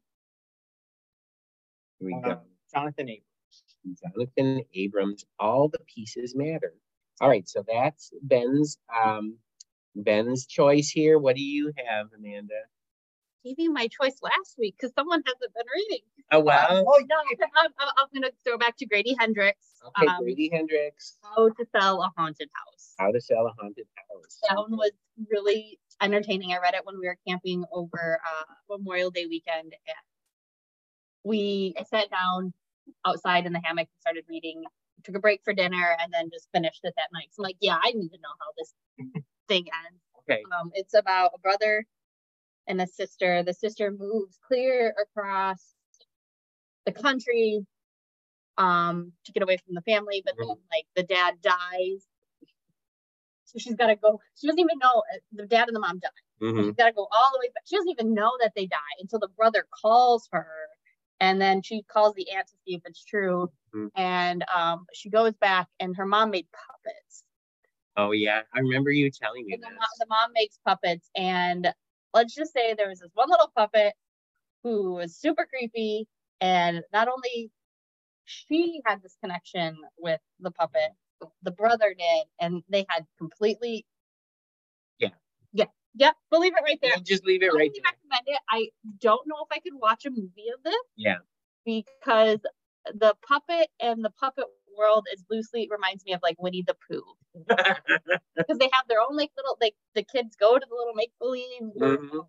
Here we Uh, go. Jonathan Abrams. Uh-huh. Jonathan Abrams, All the Pieces Matter. All right, so that's Ben's um Ben's choice here. What do you have, Amanda? Gave you my choice last week because someone hasn't been reading. Oh Uh, wow. well, No, I'm, I'm, I'm going to throw back to Grady Hendrix. Okay, um, Grady Hendrix, How to Sell a Haunted House. How to Sell a Haunted House. That one was really entertaining. I read it when we were camping over uh, Memorial Day weekend. And we sat down outside in the hammock and started reading, took a break for dinner, and then just finished it that night. So I'm like, yeah, I need to know how this thing ends. Okay. Um, it's about a brother and a sister. The sister moves clear across the country um, to get away from the family, but then like the dad dies. So she's got to go. She doesn't even know uh, the dad and the mom die. Mhm. She's got to go all the way back. She doesn't even know that they die until the brother calls her And then she calls the aunt to see if it's true. Mhm. And um, she goes back, and her mom made puppets. Oh yeah, I remember you telling me And the, this. mom, the mom makes puppets, and let's just say there was this one little puppet who was super creepy, and not only she had this connection with the puppet, the brother did, and they had completely. Yeah. Yeah. Yep. We'll leave it right there. We'll just leave it I right highly there. recommend it. I don't know if I could watch a movie of this Yeah. because the puppet and the puppet world is loosely it reminds me of like Winnie the Pooh because they have their own like little like the kids go to the little make believe. Mhm.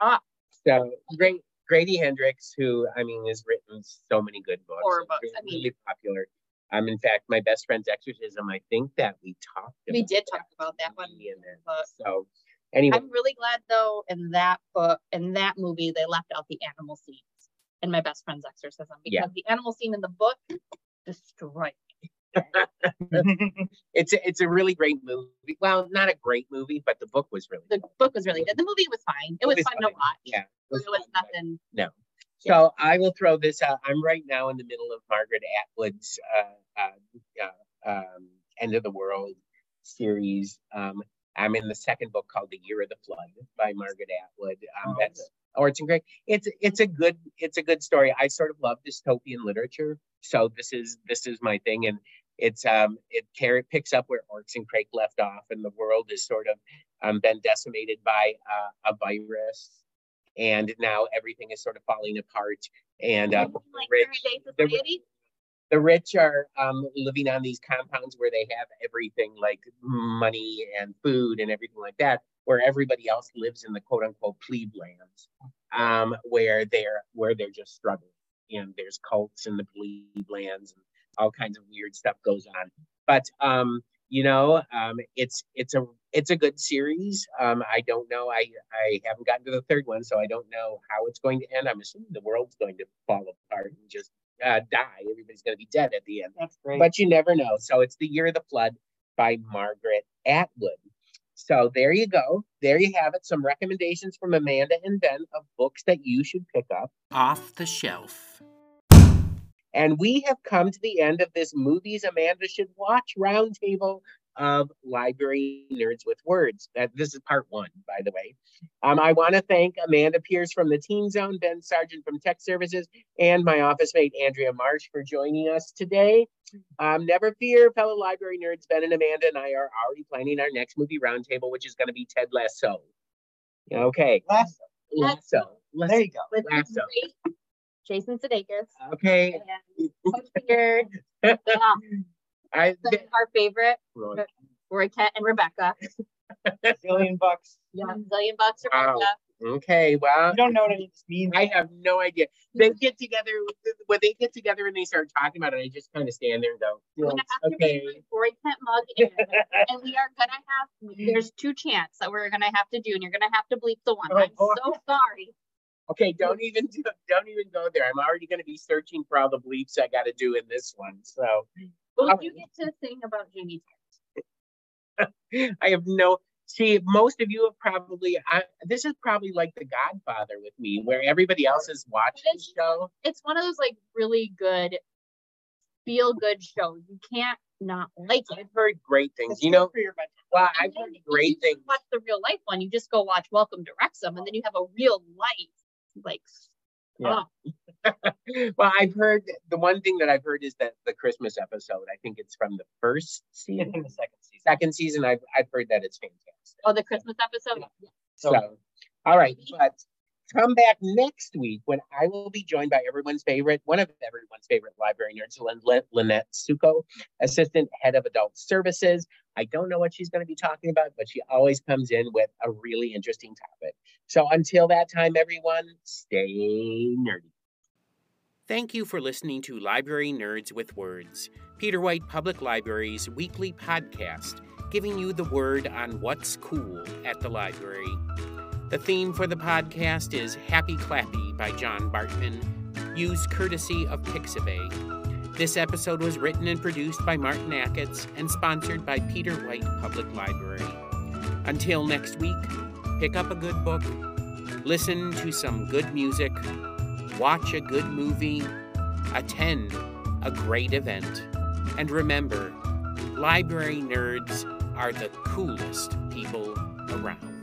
Ah. So great. Grady Hendrix, who I mean has written so many good books, Horror and books, really, I mean- popular. Um, in fact, my best friend's exorcism. I think that we talked. We about did that talk about that one, movie and then- but So anyway, I'm really glad though in that book in that movie they left out the animal scenes in my best friend's exorcism because Yeah. the animal scene in the book destroyed. it's a, it's a really great movie. Well, not a great movie, but the book was really. The good. book was really good. The movie was fine. It was, fun to watch. Yeah. it There was was fun, but- nothing. So I will throw this out. I'm right now in the middle of Margaret Atwood's uh, uh, uh, um, End of the World series. Um, I'm in the second book called The Year of the Flood by Margaret Atwood. Um, Oh, that's Orson Gray. It's it's a good it's a good story. I sort of love dystopian literature, so this is this is my thing, and it's um it car- picks up where Orcs and Crake left off, and the world is sort of um, been decimated by uh, a virus, and now everything is sort of falling apart, and um, like rich- Faraday the rich- Society. the rich are um, living on these compounds where they have everything like money and food and everything like that, where everybody else lives in the quote unquote plebe lands, um, where they're where they're just struggling. And there's cults in the plebe lands and all kinds of weird stuff goes on. But um, you know, um, it's it's a it's a good series. Um, I don't know. I I haven't gotten to the third one, so I don't know how it's going to end. I'm assuming the world's going to fall apart and just uh, die. Everybody's going to be dead at the end. That's great. But you never know. So it's The Year of the Flood by Margaret Atwood. So there you go. There you have it. Some recommendations from Amanda and Ben of books that you should pick up. Off the shelf. And we have come to the end of this Movies Amanda Should Watch roundtable of Library Nerds with Words. That This is part one, by the way. Um, I want to thank Amanda Pierce from the Teen Zone, Ben Sargent from Tech Services, and my office mate, Andrea Marsh, for joining us today. Um, never fear, fellow library nerds, Ben and Amanda and I are already planning our next movie roundtable, which is going to be Ted Lasso. Okay. Last- Lasso. there you go. with Laugh Zone. great Jason Sudeikis Okay. and Beard, um, I, the- our favorite Roy Kent and Rebecca. Billion bucks. Yeah, zillion bucks Wow. Rebecca. okay. Well, You don't know what it means. I have no idea. They get together when they get together and they start talking about it. I just kind of stand there and go, I'm gonna have okay. to make my Roy Kent mug, in, and we are gonna have. There's two chants that we're gonna have to do, and you're gonna have to bleep the one. Oh, I'm boy. so sorry. Okay, don't even do, don't even go there. I'm already going to be searching for all the bleeps I got to do in this one. So Well, Alright. you get to sing about Jamie. I have no. See, most of you have probably. I, this is probably like The Godfather with me, where everybody else has watched the show. It's one of those like really good, feel good shows. You can't not like it. I've heard great things. It's You good know, for your mental well, And I've then heard if great you things. Watch the real life one. You just go watch Welcome to Wrexham, and then you have a real life like. Yeah. Yeah. well, I've heard the one thing that I've heard is that the Christmas episode. I think it's from the first health season, in the second season. second season. I've I've heard that it's fantastic. Oh, the Christmas episode. So, all right, but come back next week when I will be joined by everyone's favorite, one of everyone's favorite library nerds, Lyn- Lyn- Lynette Suko, Assistant Head of Adult Services. I don't know what she's going to be talking about, but she always comes in with a really interesting topic. So until that time, everyone, stay nerdy. Thank you for listening to Library Nerds with Words, Peter White Public Library's weekly podcast, giving you the word on what's cool at the library. The theme for the podcast is Happy Clappy by John Bartman, used courtesy of Pixabay. This episode was written and produced by Martin Ackett and sponsored by Peter White Public Library. Until next week, pick up a good book, listen to some good music, watch a good movie, attend a great event. And remember, library nerds are the coolest people around.